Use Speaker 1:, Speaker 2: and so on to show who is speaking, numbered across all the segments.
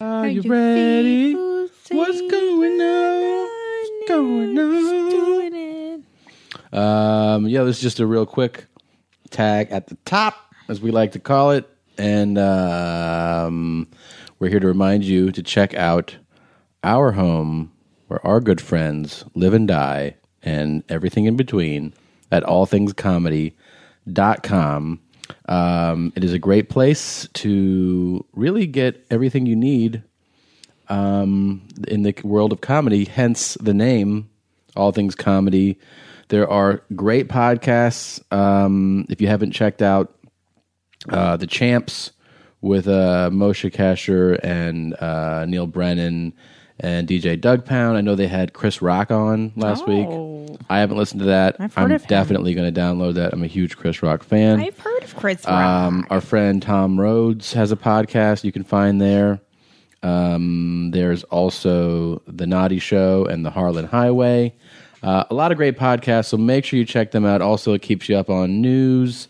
Speaker 1: Are you ready? What's going on? What's going on? Um, yeah, this is just a real quick tag at the top, as we like to call it. And um, we're here to remind you to check out our home where our good friends live and die and everything in between at allthingscomedy.com. Um, it is a great place to really get everything you need in the world of comedy, hence the name All Things Comedy. There are great podcasts. Um, if you haven't checked out uh, The Champs with uh, Moshe Kasher and uh, Neil Brennan and DJ Doug Pound, I know they had Chris Rock on last
Speaker 2: Oh.
Speaker 1: week. I haven't listened to that.
Speaker 2: I've heard
Speaker 1: I'm
Speaker 2: of him.
Speaker 1: definitely going to download that. I'm a huge Chris Rock fan.
Speaker 2: I've heard of Chris Rock.
Speaker 1: Um, our friend Tom Rhodes has a podcast you can find there. Um, there's also The Naughty Show and The Harlan Highway. Uh, a lot of great podcasts, so make sure you check them out. Also, it keeps you up on news,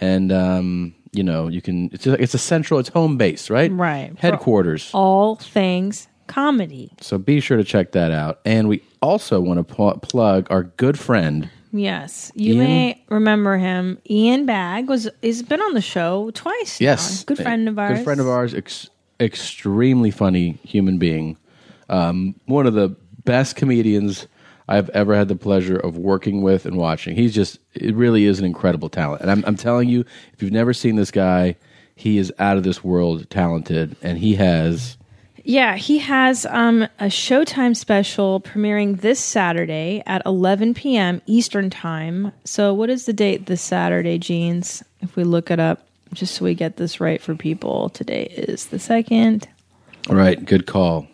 Speaker 1: and um, you know you can. It's it's a central, it's home base, right?
Speaker 2: Right.
Speaker 1: Headquarters.
Speaker 2: All things comedy.
Speaker 1: So be sure to check that out. And we also want to pl- plug our good friend.
Speaker 2: Yes, you
Speaker 1: Ian-
Speaker 2: may remember him. Ian Bagg was he's been on the show twice. now.
Speaker 1: Yes,
Speaker 2: good friend of ours.
Speaker 1: Good friend of ours. Ex- extremely funny human being. Um, one of the best comedians I've ever had the pleasure of working with and watching. He's just it really is an incredible talent. And I'm, I'm telling you, if you've never seen this guy, he is out of this world talented, and he has.
Speaker 2: Yeah, he has um, a Showtime special premiering this Saturday at 11 p.m. Eastern Time. So, what is the date this Saturday, Jeans? If we look it up, just so we get this right for people, today is the second.
Speaker 1: All right, good call.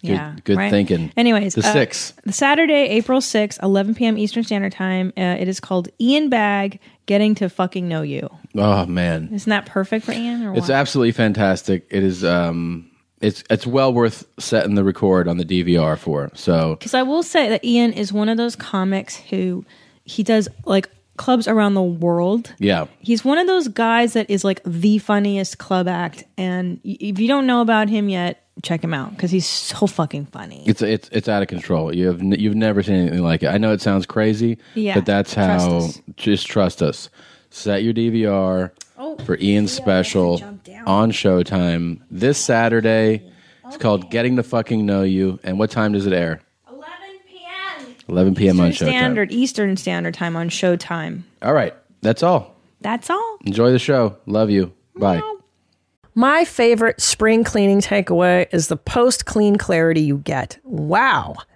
Speaker 1: Good,
Speaker 2: Yeah,
Speaker 1: good
Speaker 2: right.
Speaker 1: thinking.
Speaker 2: Anyways,
Speaker 1: the
Speaker 2: uh,
Speaker 1: six.
Speaker 2: The Saturday, April 6th, 11 p.m. Eastern Standard Time. Uh, it is called Ian Bag Getting to Fucking Know You.
Speaker 1: Oh man,
Speaker 2: Isn't that perfect for Ian? Or
Speaker 1: It's
Speaker 2: what?
Speaker 1: absolutely fantastic. It is um it's it's well worth setting the record on the DVR for. So
Speaker 2: Because I will say that Ian is one of those comics who he does like clubs around the world.
Speaker 1: yeah.
Speaker 2: He's one of those guys that is like the funniest club act. And y- if you don't know about him yet, check him out because he's so fucking funny.
Speaker 1: It's it's it's out of control. You have n- you've never seen anything like it. I know it sounds crazy,
Speaker 2: Yeah.
Speaker 1: but that's
Speaker 2: Trust
Speaker 1: how
Speaker 2: us.
Speaker 1: just trust us. Set your DVR
Speaker 2: Oh,
Speaker 1: for Ian's special on Showtime this Saturday. It's called Getting to Fucking Know You. And what time does it air?
Speaker 2: 11 p.m.
Speaker 1: 11 p.m. on Showtime.
Speaker 2: Standard Eastern Standard Time on Showtime.
Speaker 1: All right. That's all.
Speaker 2: That's all.
Speaker 1: Enjoy the show. Love you. Bye.
Speaker 3: My favorite spring cleaning takeaway is the post clean clarity you get. Wow,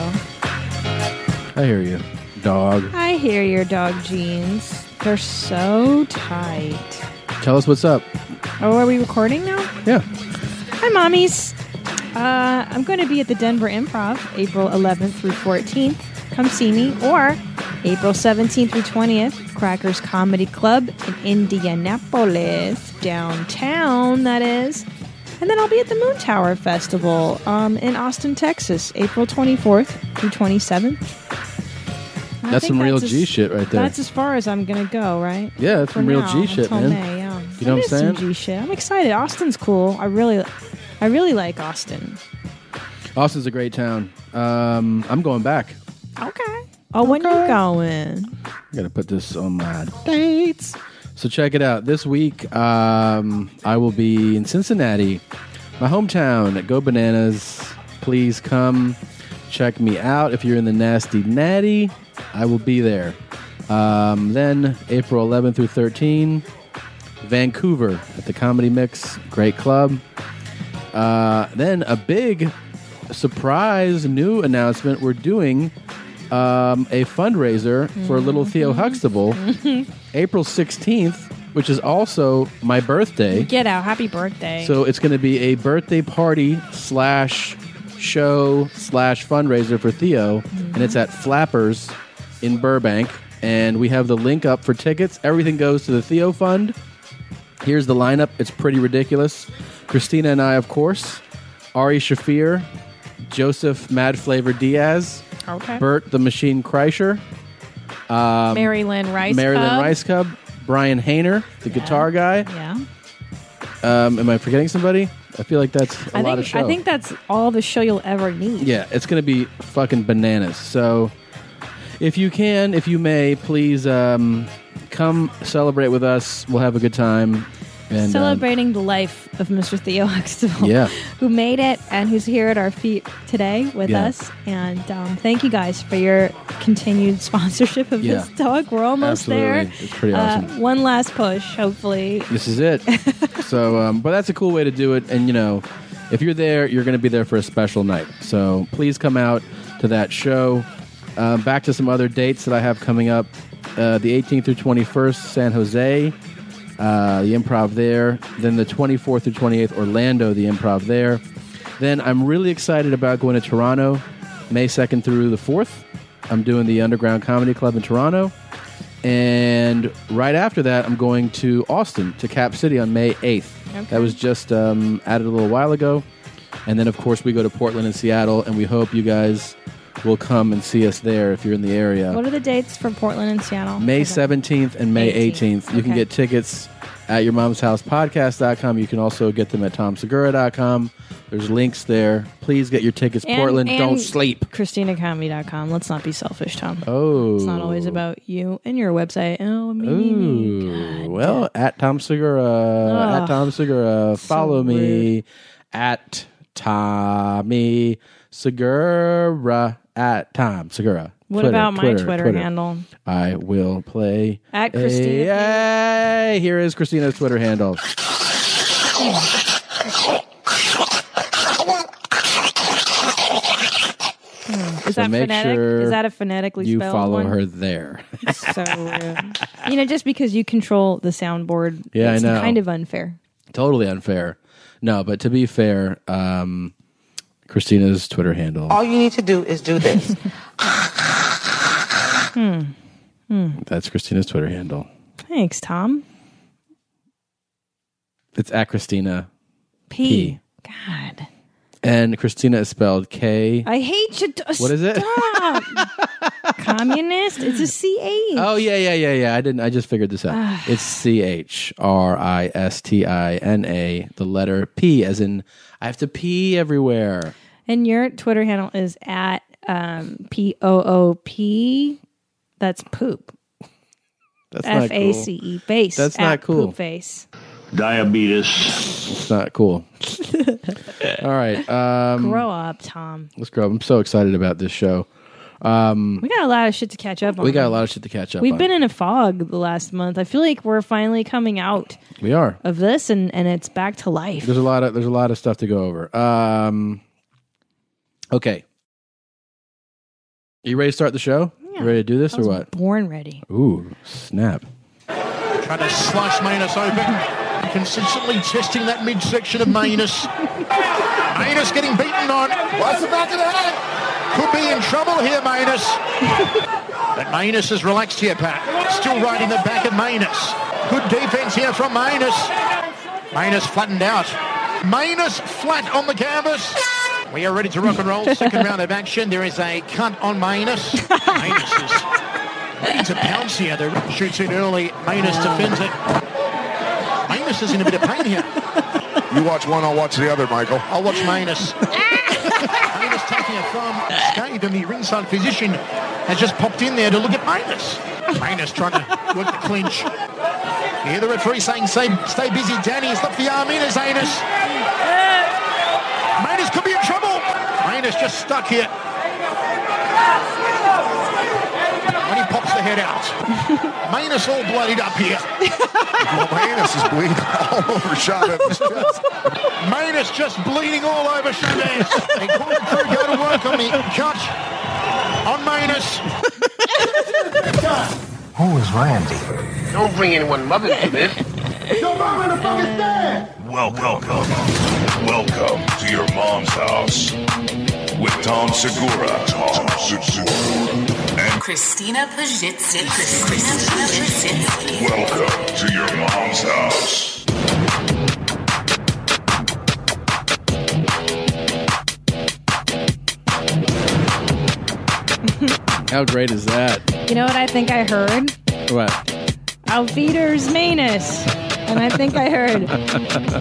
Speaker 1: I hear you. Dog.
Speaker 2: I hear your dog jeans. They're so tight.
Speaker 1: Tell us what's up.
Speaker 2: Oh, are we recording now?
Speaker 1: Yeah.
Speaker 2: Hi, mommies. Uh, I'm going to be at the Denver Improv April 11th through 14th. Come see me. Or April 17th through 20th, Crackers Comedy Club in Indianapolis, downtown, that is. And then I'll be at the Moon Tower Festival um, in Austin, Texas, April 24th through 27th. I
Speaker 1: That's
Speaker 2: think
Speaker 1: some real
Speaker 2: as-
Speaker 1: G shit right there.
Speaker 2: That's as far as I'm going to go, right?
Speaker 1: Yeah, that's
Speaker 2: For
Speaker 1: some real
Speaker 2: now,
Speaker 1: G shit,
Speaker 2: until
Speaker 1: man.
Speaker 2: May,
Speaker 1: You
Speaker 2: yeah.
Speaker 1: know
Speaker 2: It
Speaker 1: what I'm
Speaker 2: is some
Speaker 1: saying?
Speaker 2: G shit. I'm excited. Austin's cool. I really, I really like Austin.
Speaker 1: Austin's a great town. Um, I'm going back.
Speaker 2: Okay. Oh, when you going?
Speaker 1: I gotta put this on my dates. So check it out. This week, um, I will be in Cincinnati, my hometown. Go Bananas! Please come check me out. If you're in the nasty natty, I will be there. Um, then April 11 through 13, Vancouver at the Comedy Mix, great club. Uh, then a big surprise new announcement: we're doing um, a fundraiser for Little Theo Huxtable, April 16th, which is also my birthday.
Speaker 2: Get out! Happy birthday!
Speaker 1: So it's going to be a birthday party slash show slash fundraiser for Theo, and it's at Flappers in Burbank. And we have the link up for tickets. Everything goes to the Theo Fund. Here's the lineup. It's pretty ridiculous. Christina and I, of course, Ari Shafir, Joseph Mad Flavor Diaz,
Speaker 2: okay.
Speaker 1: Bert the Machine Kreischer,
Speaker 2: Mary Lynn Rice.
Speaker 1: Marilyn
Speaker 2: Pub.
Speaker 1: um, Rice Cub, Brian Hayner, the guitar guy.
Speaker 2: Yeah.
Speaker 1: Um, am I forgetting somebody? I feel like that's a
Speaker 2: I
Speaker 1: lot of
Speaker 2: think
Speaker 1: show.
Speaker 2: I think that's all the show you'll ever need.
Speaker 1: yeah, it's going to be fucking bananas. So if you can, if you may, please um, come celebrate with us. We'll have a good time. And, um,
Speaker 2: Celebrating the life of Mr. Theo Huxtable,
Speaker 1: Yeah.
Speaker 2: who made it and who's here at our feet today with
Speaker 1: Yeah.
Speaker 2: us. And um, thank you guys for your continued sponsorship of
Speaker 1: Yeah.
Speaker 2: this dog. We're almost there. Uh,
Speaker 1: Absolutely. It's pretty awesome.
Speaker 2: one last push, hopefully.
Speaker 1: this is it. so, um, but that's a cool way to do it. And you know, if you're there, you're going to be there for a special night. So please come out to that show. Um, back to some other dates that I have coming up: uh, the 18th through 21st, San Jose, uh, the Improv there. Then the 24th through 28th, Orlando, the Improv there. Then I'm really excited about going to Toronto, May 2nd through the 4th. I'm doing the Underground Comedy Club in Toronto. And right after that, I'm going to Austin to Cap City on May 8th.
Speaker 2: Okay.
Speaker 1: That was just um, added a little while ago. And then, of course, we go to Portland and Seattle, and we hope you guys will come and see us there if you're in the area.
Speaker 2: What are the dates for Portland and Seattle?
Speaker 1: May
Speaker 2: Okay.
Speaker 1: 17th and May 18th.
Speaker 2: 18th.
Speaker 1: You can
Speaker 2: Okay.
Speaker 1: get tickets at your mom's house podcast.com. You can also get them at tomsegura.com. There's links there. Please get your tickets.
Speaker 2: And-
Speaker 1: Portland,
Speaker 2: and-
Speaker 1: don't sleep.
Speaker 2: ChristinaComedy.com. Let's not be selfish, Tom.
Speaker 1: Oh.
Speaker 2: It's not always about you and your website. Oh, me, me, me.
Speaker 1: Ooh, well, at Tom Segura,
Speaker 2: Ugh.
Speaker 1: at Tom Segura, follow me at Tommy Segura, at Tom Segura.
Speaker 2: What about my Twitter, handle?
Speaker 1: I will play
Speaker 2: At Christina
Speaker 1: a- Yay! Here is Christina's Twitter handle.
Speaker 2: Is that
Speaker 1: make
Speaker 2: phonetic?
Speaker 1: sure
Speaker 2: Is that a phonetically
Speaker 1: You
Speaker 2: spelled
Speaker 1: follow
Speaker 2: one?
Speaker 1: her there.
Speaker 2: so rude. You know, just because you control the soundboard,
Speaker 1: Yeah, I
Speaker 2: it's
Speaker 1: know.
Speaker 2: kind of unfair.
Speaker 1: totally unfair. No, but to be fair, um, Christina's Twitter handle.
Speaker 4: all you need to do is do this.
Speaker 1: That's Christina's Twitter handle.
Speaker 2: Thanks, Tom.
Speaker 1: It's at Christina.
Speaker 2: P. God,
Speaker 1: And Christina is spelled K.
Speaker 2: I hate you. t-
Speaker 1: What is it?
Speaker 2: Stop. Communist. It's a C H.
Speaker 1: Oh yeah, yeah, yeah, yeah. I didn't. I just figured this out. it's C H R I S T I N A. The letter P, as in I have to pee everywhere.
Speaker 2: And your Twitter handle is at um, P O O P. That's poop.
Speaker 1: That's not
Speaker 2: F
Speaker 1: cool.
Speaker 2: A C E face.
Speaker 1: That's
Speaker 2: at
Speaker 1: not cool.
Speaker 2: Poop face.
Speaker 5: diabetes.
Speaker 1: It's not cool. All right, um,
Speaker 2: Grow up, Tom.
Speaker 1: let's go. I'm so excited about this show.
Speaker 2: We got a lot of shit to catch up on.
Speaker 1: Mm. We got a lot of shit to catch up.
Speaker 2: We've
Speaker 1: on.
Speaker 2: been in a fog the last month. I feel like we're finally coming out
Speaker 1: We are.
Speaker 2: of this, and and it's back to life.
Speaker 1: There's a lot of there's a lot of stuff to go over. Um, okay. You ready to start the show? You ready to do this
Speaker 2: I was
Speaker 1: or what?
Speaker 2: Born ready.
Speaker 1: Ooh, snap.
Speaker 4: Trying to slice Manus open. Consistently testing that midsection of Manus. Manus getting beaten on. What's the back of the head? Could be in trouble here, Manus. But Manus is relaxed here, Pat. Still riding the back of Manus. Good defense here from Manus. Manus flattened out. Manus flat on the canvas. We are ready to rock and roll. Second round of action. There is a cut on Manus. Manus is ready to pounce here. The ref shoots in early. Manus defends it. Manus is in a bit of pain here.
Speaker 6: You watch one, I'll watch the other, Michael.
Speaker 4: I'll watch Manus. Manus taking it from Scathe, and the ringside physician has just popped in there to look at Manus. Manus trying to work the clinch. You hear the referee saying, stay, stay busy, Danny. He's left the arm in his anus. Manus could be in trouble. Manus just stuck here. When he pops the head out. Manus all bloodied up here.
Speaker 6: Well, my anus is bleeding all over shot at his chest.
Speaker 4: Manus just bleeding all over Chavez. and Quantum Crew go to work on the cut on Manus.
Speaker 7: Who is Randy?
Speaker 8: Don't bring anyone mother to this.
Speaker 6: Welcome. Welcome to your mom's house with Tom Segura. Tom Segura. And
Speaker 9: Christina Pajitsky. Christina Pajitsky.
Speaker 6: welcome to your mom's house.
Speaker 1: How great is that?
Speaker 2: You know what I think I heard?
Speaker 1: What?
Speaker 2: Alvider's Manus. And I think I heard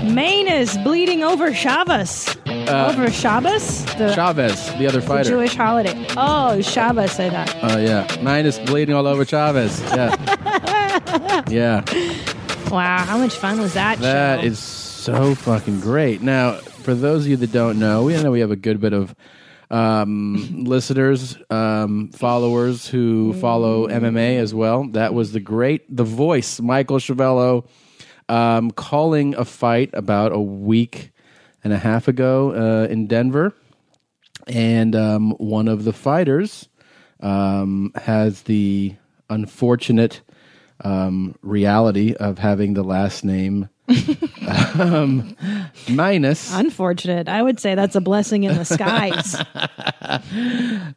Speaker 2: Manus bleeding over Shabbos.
Speaker 1: Uh,
Speaker 2: over Shabbos? Uh, The
Speaker 1: Chavez, the other fighter.
Speaker 2: Jewish holiday. Oh, Shabbos, I thought.
Speaker 1: Oh yeah, mine is bleeding all over Chavez. Yeah, yeah,
Speaker 2: Wow, how much fun was that,
Speaker 1: that
Speaker 2: show?
Speaker 1: is so fucking great. Now, for those of you that don't know, we know we have a good bit of um, listeners, um, followers who follow MMA as well. That was the great, the voice, Michael Chavello, um, calling a fight about a week and a half ago uh, in Denver, and um, one of the fighters um, has the unfortunate um, reality of having the last name um, minus
Speaker 2: Unfortunate. I would say that's a blessing in the skies.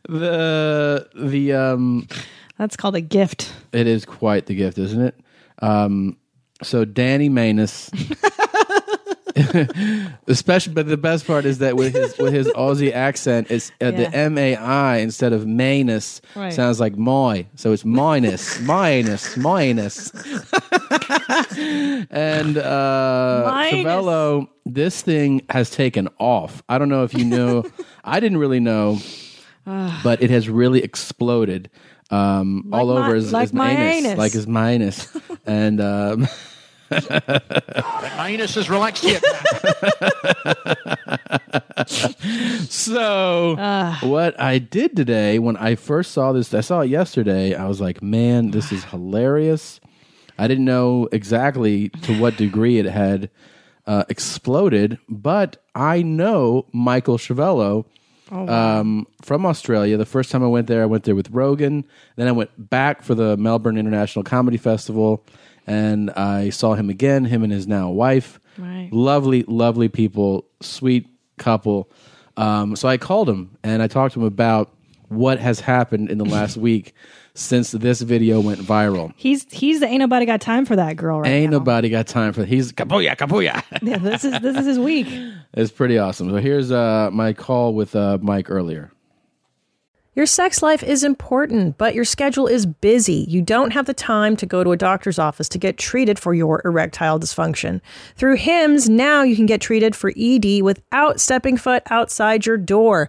Speaker 1: the the um
Speaker 2: that's called a gift.
Speaker 1: it is quite the gift isn't it um so danny manus especially but the best part is that with his with his aussie accent it's uh,
Speaker 2: Yeah.
Speaker 1: the m-a-i instead of manus
Speaker 2: Right.
Speaker 1: sounds like my so it's minus minus minus and uh
Speaker 2: Minus.
Speaker 1: Cervello, this thing has taken off i don't know if you know i didn't really know but it has really exploded um, all
Speaker 2: my-
Speaker 1: over his,
Speaker 2: like
Speaker 1: his
Speaker 2: my
Speaker 1: anus,
Speaker 2: anus.
Speaker 1: like his minus, and um,
Speaker 4: But Manus is relaxed here.
Speaker 1: so what I did today when I first saw this, I saw it yesterday. I was like, man, this is hilarious. I didn't know exactly to what degree it had uh, exploded, but I know Michael Chavello. um, from Australia. The first time I went there, I went there with Rogan. Then I went back for the Melbourne International Comedy Festival, and I saw him again. Him and his now wife,
Speaker 2: Right.
Speaker 1: lovely, lovely people, sweet couple. Um, so I called him and I talked to him about what has happened in the last week since this video went viral.
Speaker 2: He's he's the ain't nobody got time for that girl right
Speaker 1: Ain't
Speaker 2: now.
Speaker 1: nobody got time for he's kabuya kabuya.
Speaker 2: Yeah, this is this is his week.
Speaker 1: it's pretty awesome. So here's uh, my call with uh, Mike earlier.
Speaker 3: Your sex life is important, but your schedule is busy. You don't have the time to go to a doctor's office to get treated for your erectile dysfunction. Through HIMS, now you can get treated for ED without stepping foot outside your door.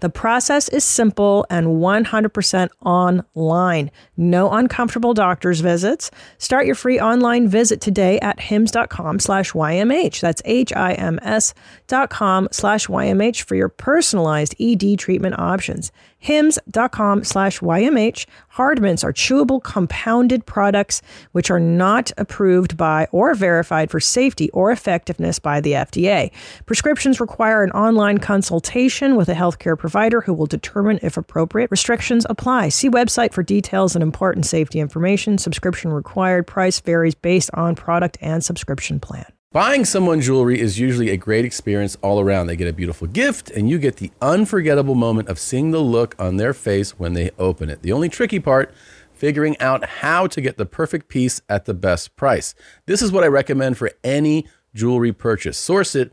Speaker 3: The process is simple and 100% online. No uncomfortable doctor's visits. Start your free online visit today at hims.com slash YMH. That's E H-I-M-S dot com slash YMH for your personalized ED treatment options. hymns.com slash YMH. Hardmints are chewable compounded products which are not approved by or verified for safety or effectiveness by the FDA. Prescriptions require an online consultation with a healthcare provider who will determine if appropriate restrictions apply. See website for details and important safety information. Subscription required. Price varies based on product and subscription plan.
Speaker 7: Buying someone jewelry is usually a great experience all around. They get a beautiful gift, and you get the unforgettable moment of seeing the look on their face when they open it. The only tricky part, figuring out how to get the perfect piece at the best price. This is what I recommend for any jewelry purchase. Source it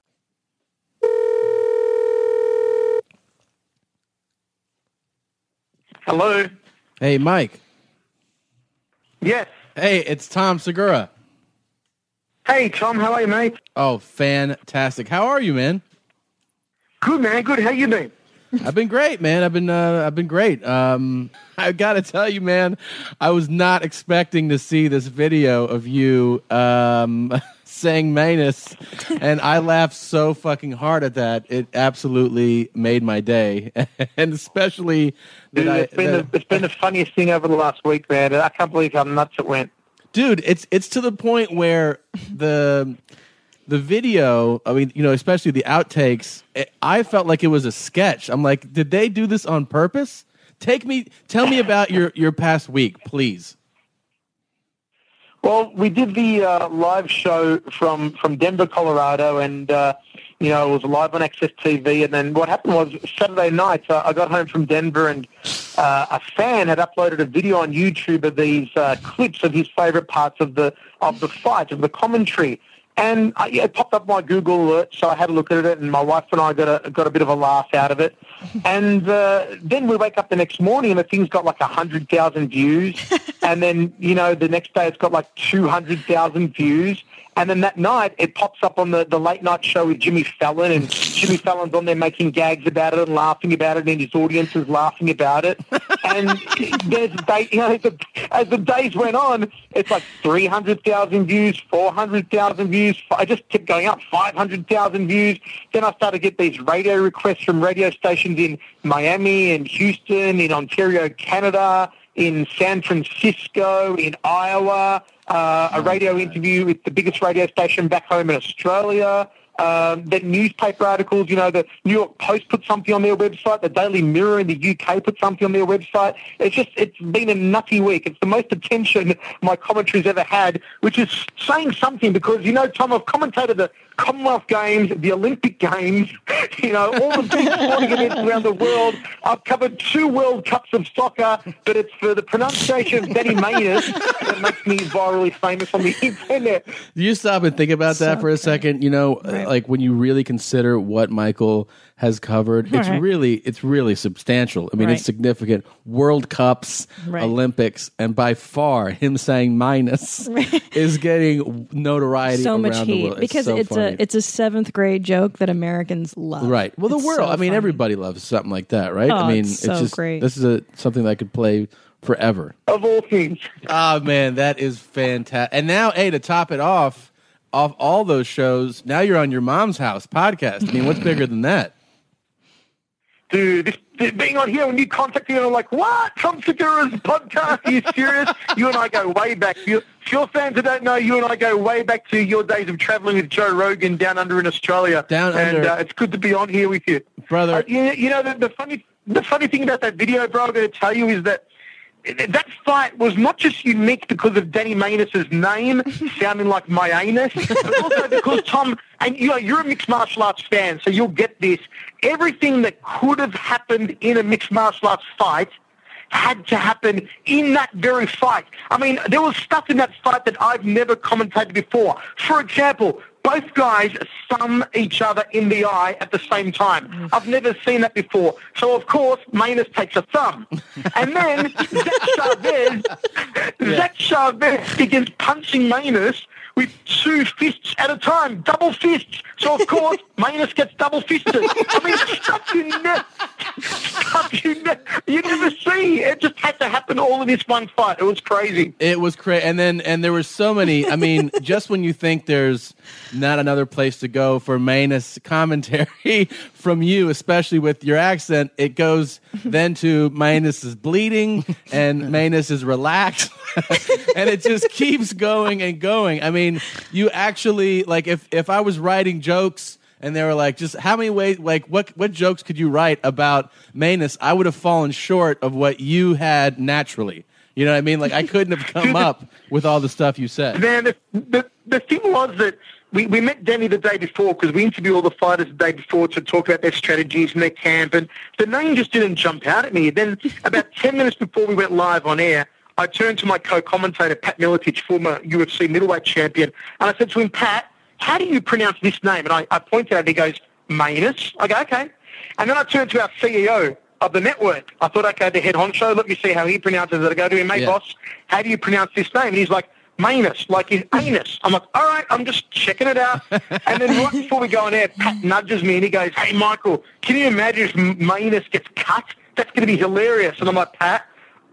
Speaker 10: Hello.
Speaker 1: Hey, Mike.
Speaker 10: Yes.
Speaker 1: Hey, it's Tom Segura.
Speaker 10: Hey, Tom. How are you, mate?
Speaker 1: Oh, fantastic. How are you, man?
Speaker 10: Good, man. Good. How you been?
Speaker 1: I've been great, man. I've been uh, I've been great. Um, I gotta tell you, man, I was not expecting to see this video of you um, saying Manus, and I laughed so fucking hard at that. It absolutely made my day, and especially that
Speaker 10: Dude,
Speaker 1: I.
Speaker 10: it's been
Speaker 1: that-
Speaker 10: the, it's been the funniest thing over the last week, man. And I can't believe how nuts it went.
Speaker 1: dude it's it's to the point where the the video i mean you know especially the outtakes it, i felt like it was a sketch i'm like did they do this on purpose take me tell me about your your past week please
Speaker 10: Well, we did the uh, live show from, from Denver, Colorado, and uh, you know it was live on Access TV. And then what happened was Saturday night, uh, I got home from Denver, and uh, a fan had uploaded a video on YouTube of these uh, clips of his favorite parts of the of the fight of the commentary. And I, yeah, it popped up my Google alert, so I had a look at it, and my wife and I got a got a bit of a laugh out of it. And uh, then we wake up the next morning, and the thing's got like hundred thousand views, and then you know the next day it's got like two hundred thousand views, and then that night it pops up on the, the late night show with Jimmy Fallon, and Jimmy Fallon's on there making gags about it and laughing about it, and his audience is laughing about it. And there's a day, you know, as the, as the days went on, it's like 300,000 views, 400,000 views. I just kept going up, 500,000 views. Then I started to get these radio requests from radio stations in Miami and Houston, in Ontario, Canada, in San Francisco, in Iowa, uh, a radio interview with the biggest radio station back home in Australia. Um, that newspaper articles, you know, the New York Post put something on their website, the Daily Mirror in the UK put something on their website. It's just, it's been a nutty week. It's the most attention my commentary's ever had, which is saying something because, you know, Tom, I've commentated the Commonwealth Games, the Olympic Games, you know, all the big sporting events around the world. I've covered two World Cups of soccer, but it's for the pronunciation of Danny Maynard that makes me virally famous on the internet.
Speaker 1: Do you stop and think about that for a second? You know, uh, like when you really consider what Michael has covered, it's
Speaker 2: Right.
Speaker 1: really it's really substantial. I mean,
Speaker 2: Right.
Speaker 1: it's significant. World Cups,
Speaker 2: Right.
Speaker 1: Olympics, and by far him saying minus is getting notoriety
Speaker 2: so
Speaker 1: around
Speaker 2: much
Speaker 1: the
Speaker 2: heat
Speaker 1: world.
Speaker 2: because
Speaker 1: so
Speaker 2: it's
Speaker 1: funny.
Speaker 2: a it's a seventh grade joke that Americans love.
Speaker 1: Right. Well, the
Speaker 2: It's
Speaker 1: world.
Speaker 2: so
Speaker 1: I mean,
Speaker 2: funny.
Speaker 1: everybody loves something like that, right?
Speaker 2: Oh,
Speaker 1: I mean,
Speaker 2: it's so
Speaker 1: just
Speaker 2: great.
Speaker 1: this is a something that I could play forever.
Speaker 10: Of all things.
Speaker 1: Oh man, that is fantastic. And now, hey, to top it off, off all those shows, now you're on your mom's house podcast. I mean, what's bigger than that?
Speaker 10: dude, this, this- being on here when you contact me, and I'm like, what? Tom Segura's podcast? Are you serious? you and I go way back. You, for your fans that don't know, you and I go way back to your days of traveling with Joe Rogan down under in Australia.
Speaker 1: Down
Speaker 10: And
Speaker 1: under.
Speaker 10: uh, it's good to be on here with you.
Speaker 1: Brother.
Speaker 10: Uh, you, you know, the, the funny the funny thing about that video, bro, I'm going to tell you is that that fight was not just unique because of Danny Manus's name sounding like my anus, but also because Tom and you know you're a mixed martial arts fan, so you'll get this. Everything that could have happened in a mixed martial arts fight had to happen in that very fight. I mean, there was stuff in that fight that I've never commentated before. For example, both guys sum each other in the eye at the same time. I've never seen that before. So, of course, Manus takes a thumb. And then Zach Chavez, Zach Chavez begins punching Manus with two fists at a time, double fists. So, of course, Manus gets double fisted. I mean, stuff you, ne- stuff you, ne- you never see. It just had to happen all in this one fight. It was crazy.
Speaker 1: It was crazy, and then and there were so many. I mean, just when you think there's not another place to go for Manus commentary from you, especially with your accent, it goes then to Manus is bleeding and Manus is relaxed, and it just keeps going and going. I mean, you actually like if if I was writing jokes. And they were like, just how many ways, like, what, what jokes could you write about Manus? I would have fallen short of what you had naturally. You know what I mean? Like I couldn't have come up with all the stuff you said.
Speaker 10: Man, the, the, the thing was that we, we met Danny the day before because we interviewed all the fighters the day before to talk about their strategies and their camp, and the name just didn't jump out at me. Then about 10 minutes before we went live on air, I turned to my co-commentator, Pat Miletich, former UFC middleweight champion, and I said to him, Pat, how do you pronounce this name? And I, I pointed at it, he goes, Manus. I go, okay. And then I turned to our CEO, of the network. I thought, okay, the head honcho, let me see how he pronounces it. I go to him, mate,
Speaker 1: Yeah.
Speaker 10: boss, how do you pronounce this name? And he's like, Manus, like his anus. I'm like, all right, I'm just checking it out. And then right before we go on air, Pat nudges me and he goes, hey, Michael, can you imagine if Manus gets cut? That's going to be hilarious. And I'm like, Pat,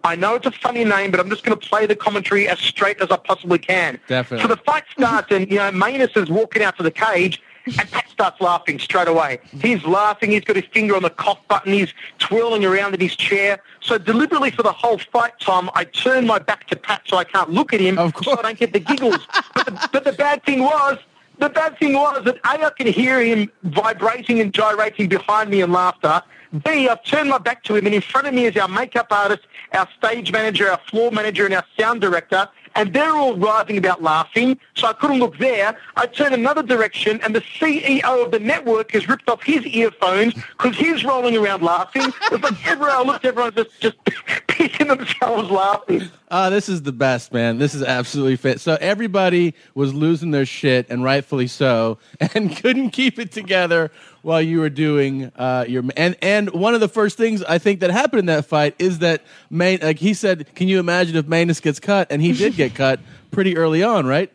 Speaker 10: I know it's a funny name, but I'm just going to play the commentary as straight as I possibly can.
Speaker 1: Definitely.
Speaker 10: So the fight starts, and you know, Manus is walking out to the cage, and Pat starts laughing straight away. He's laughing. He's got his finger on the cough button. He's twirling around in his chair. So deliberately for the whole fight, Tom, I turn my back to Pat so I can't look at him,
Speaker 1: Of
Speaker 10: so I don't get the giggles. but, the, but the bad thing was. The bad thing was that A, I could hear him vibrating and gyrating behind me in laughter. B, I've turned my back to him, and in front of me is our makeup artist, our stage manager, our floor manager, and our sound director, and they're all writhing about laughing, so I couldn't look there. I turn another direction, and the CEO of the network has ripped off his earphones because he's rolling around laughing. It's like everywhere I looked, everyone's just, just pissing themselves laughing.
Speaker 1: Oh, this is the best, man. This is absolutely fit. So everybody was losing their shit, and rightfully so, and couldn't keep it together while you were doing uh, your and and one of the first things I think that happened in that fight is that Main like he said, can you imagine if Manus gets cut? And he did get cut pretty early on, right?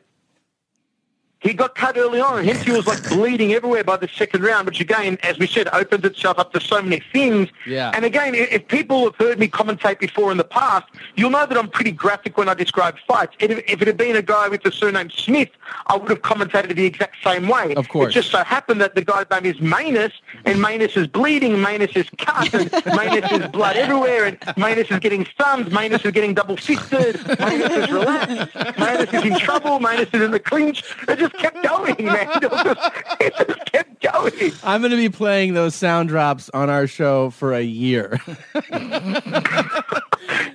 Speaker 10: He got cut early on, hence he was like bleeding everywhere by the second round, which again, as we said, opens itself up to so many things.
Speaker 1: Yeah.
Speaker 10: And again, i- if people have heard me commentate before in the past, you'll know that I'm pretty graphic when I describe fights. And If if it had been a guy with the surname Smith, I would have commentated the exact same way.
Speaker 1: Of course.
Speaker 10: It just so happened that the guy's name is Manus, and Manus is bleeding, Manus is cut, and Manus is blood everywhere, and Manus is getting thumbed, Manus is getting double-fisted, Manus is relaxed, Manus is in trouble, Manus is in the clinch. It just kept going, man. It just, it just kept going.
Speaker 1: I'm going to be playing those sound drops on our show for a year.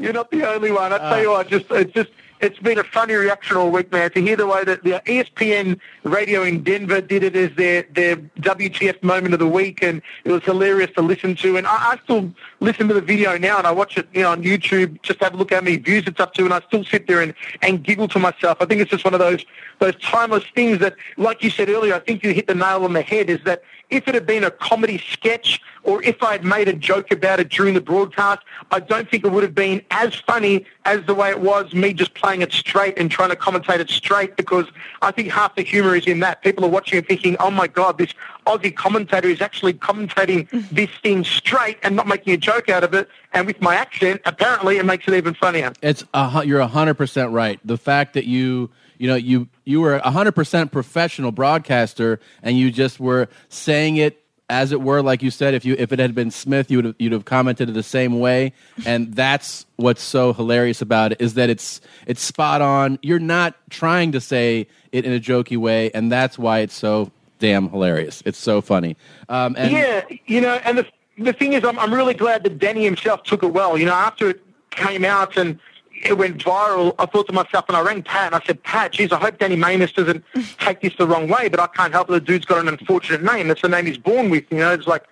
Speaker 10: You're not the only one. I tell you what, just it's just it's been a funny reaction all week, man. To hear the way that the E ESPN radio in Denver did it as their their WTF moment of the week, and it was hilarious to listen to. And I, I still listen to the video now, and I watch it you know on YouTube. Just have a look how many views it's up to, and I still sit there and, and giggle to myself. I think it's just one of those those timeless things that, like you said earlier, I think you hit the nail on the head. Is that if it had been a comedy sketch or if I had made a joke about it during the broadcast, I don't think it would have been as funny as the way it was me just playing it straight and trying to commentate it straight because I think half the humour is in that. People are watching and thinking, oh my God, this Aussie commentator is actually commentating this thing straight and not making a joke out of it. And with my accent, apparently it makes it even funnier.
Speaker 1: It's a, hu- you're hundred percent right. The fact that you you know you you were hundred percent professional broadcaster and you just were saying it as it were, like you said, if you if it had been Smith, you would have, you'd have commented the same way. And that's what's so hilarious about it is that it's it's spot on. You're not trying to say it in a jokey way, and that's why it's so damn hilarious. It's so funny. Um, and
Speaker 10: yeah, you know, and the the thing is, I'm I'm really glad that Danny himself took it well. You know, after it came out and it went viral, I thought to myself, and I rang Pat and I said, Pat, geez, I hope Danny Manus doesn't take this the wrong way, but I can't help it. The dude's got an unfortunate name. That's the name he's born with. You know, it's like,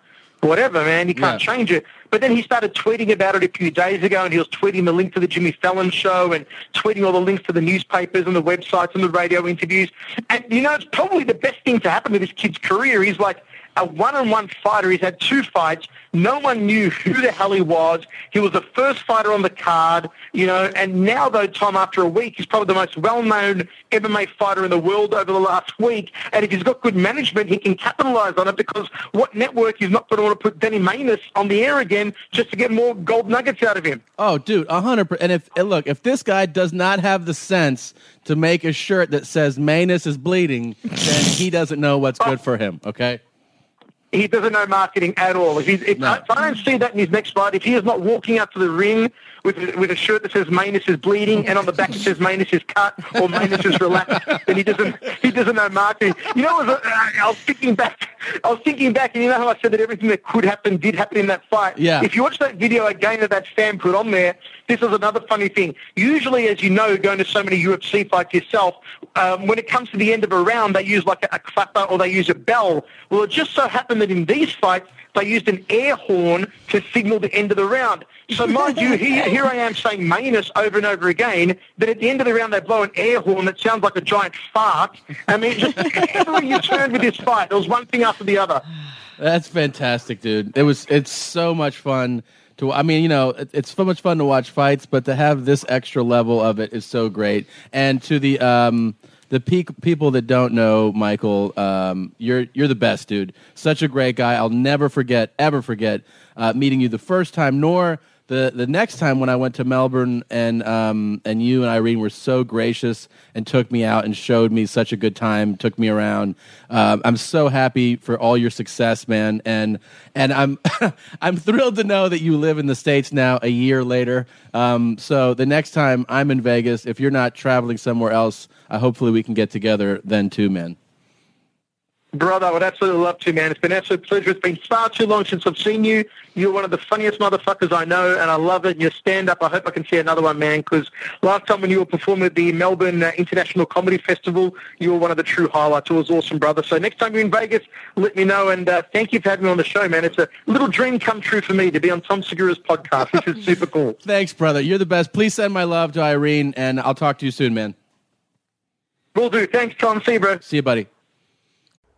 Speaker 10: whatever, man, you can't
Speaker 11: Yeah.
Speaker 10: change it. But then he started tweeting about it a few days ago, and he was tweeting the link to the Jimmy Fallon show and tweeting all the links to the newspapers and the websites and the radio interviews. And, you know, it's probably the best thing to happen to this kid's career. He's like, a one-on-one fighter. He's had two fights. No one knew who the hell he was. He was the first fighter on the card, you know. And now, though, Tom, after a week, he's probably the most well-known MMA fighter in the world over the last week. And if he's got good management, he can capitalize on it because what network is not going to want to put Danny Manus on the air again just to get more gold nuggets out of him?
Speaker 1: Oh, dude, a hundred percent. And if and look, if this guy does not have the sense to make a shirt that says "Manus is bleeding," then he doesn't know what's good for him. Okay.
Speaker 10: He doesn't know marketing at all. If, he's, if, I, if I don't see that in his next fight, if he is not walking out to the ring with a, with a shirt that says Manus is bleeding and on the back it says Manus is cut or Manus is relaxed, then he doesn't he doesn't know marketing. You know, it was, uh, I was thinking back, I was thinking back, and you know how I said that everything that could happen did happen in that fight.
Speaker 12: Yeah.
Speaker 10: If you watch that video again that that fan put on there, this is another funny thing. Usually, as you know, going to so many UFC fights yourself, um, when it comes to the end of a round, they use like a, a clapper or they use a bell. Well, it just so happened that in these fights, they used an air horn to signal the end of the round. So mind you, here, here I am saying Manus over and over again, but at the end of the round they blow an air horn that sounds like a giant fart. I mean, just everywhere you turned with this fight, there was one thing after the other.
Speaker 1: That's fantastic, dude. It was. It's so much fun to. I mean, you know, it, it's so much fun to watch fights, but to have this extra level of it is so great. And to the um the peak people that don't know Michael, um, you're you're the best, dude. Such a great guy. I'll never forget, ever forget uh, meeting you the first time, nor. The, the next time when I went to Melbourne and um, and you and Irene were so gracious and took me out and showed me such a good time, took me around. Um, I'm so happy for all your success, man, and and I'm I'm thrilled to know that you live in the states now a year later. Um, so the next time I'm in Vegas, if you're not traveling somewhere else, uh, hopefully we can get together then too, man.
Speaker 10: Brother, I would absolutely love to, man. It's been an absolute pleasure. It's been far too long since I've seen you. You're one of the funniest motherfuckers I know, and I love it. And your stand-up, I hope I can see another one, man, because last time when you were performing at the Melbourne uh, International Comedy Festival, you were one of the true highlights. It was awesome, brother. So next time you're in Vegas, let me know, and uh, thank you for having me on the show, man. It's a little dream come true for me to be on Tom Segura's podcast, which is super cool.
Speaker 1: Thanks, brother. You're the best. Please send my love to Irene, and I'll talk to you soon, man.
Speaker 10: Will do. Thanks, Tom. See you, bro.
Speaker 1: See you, buddy.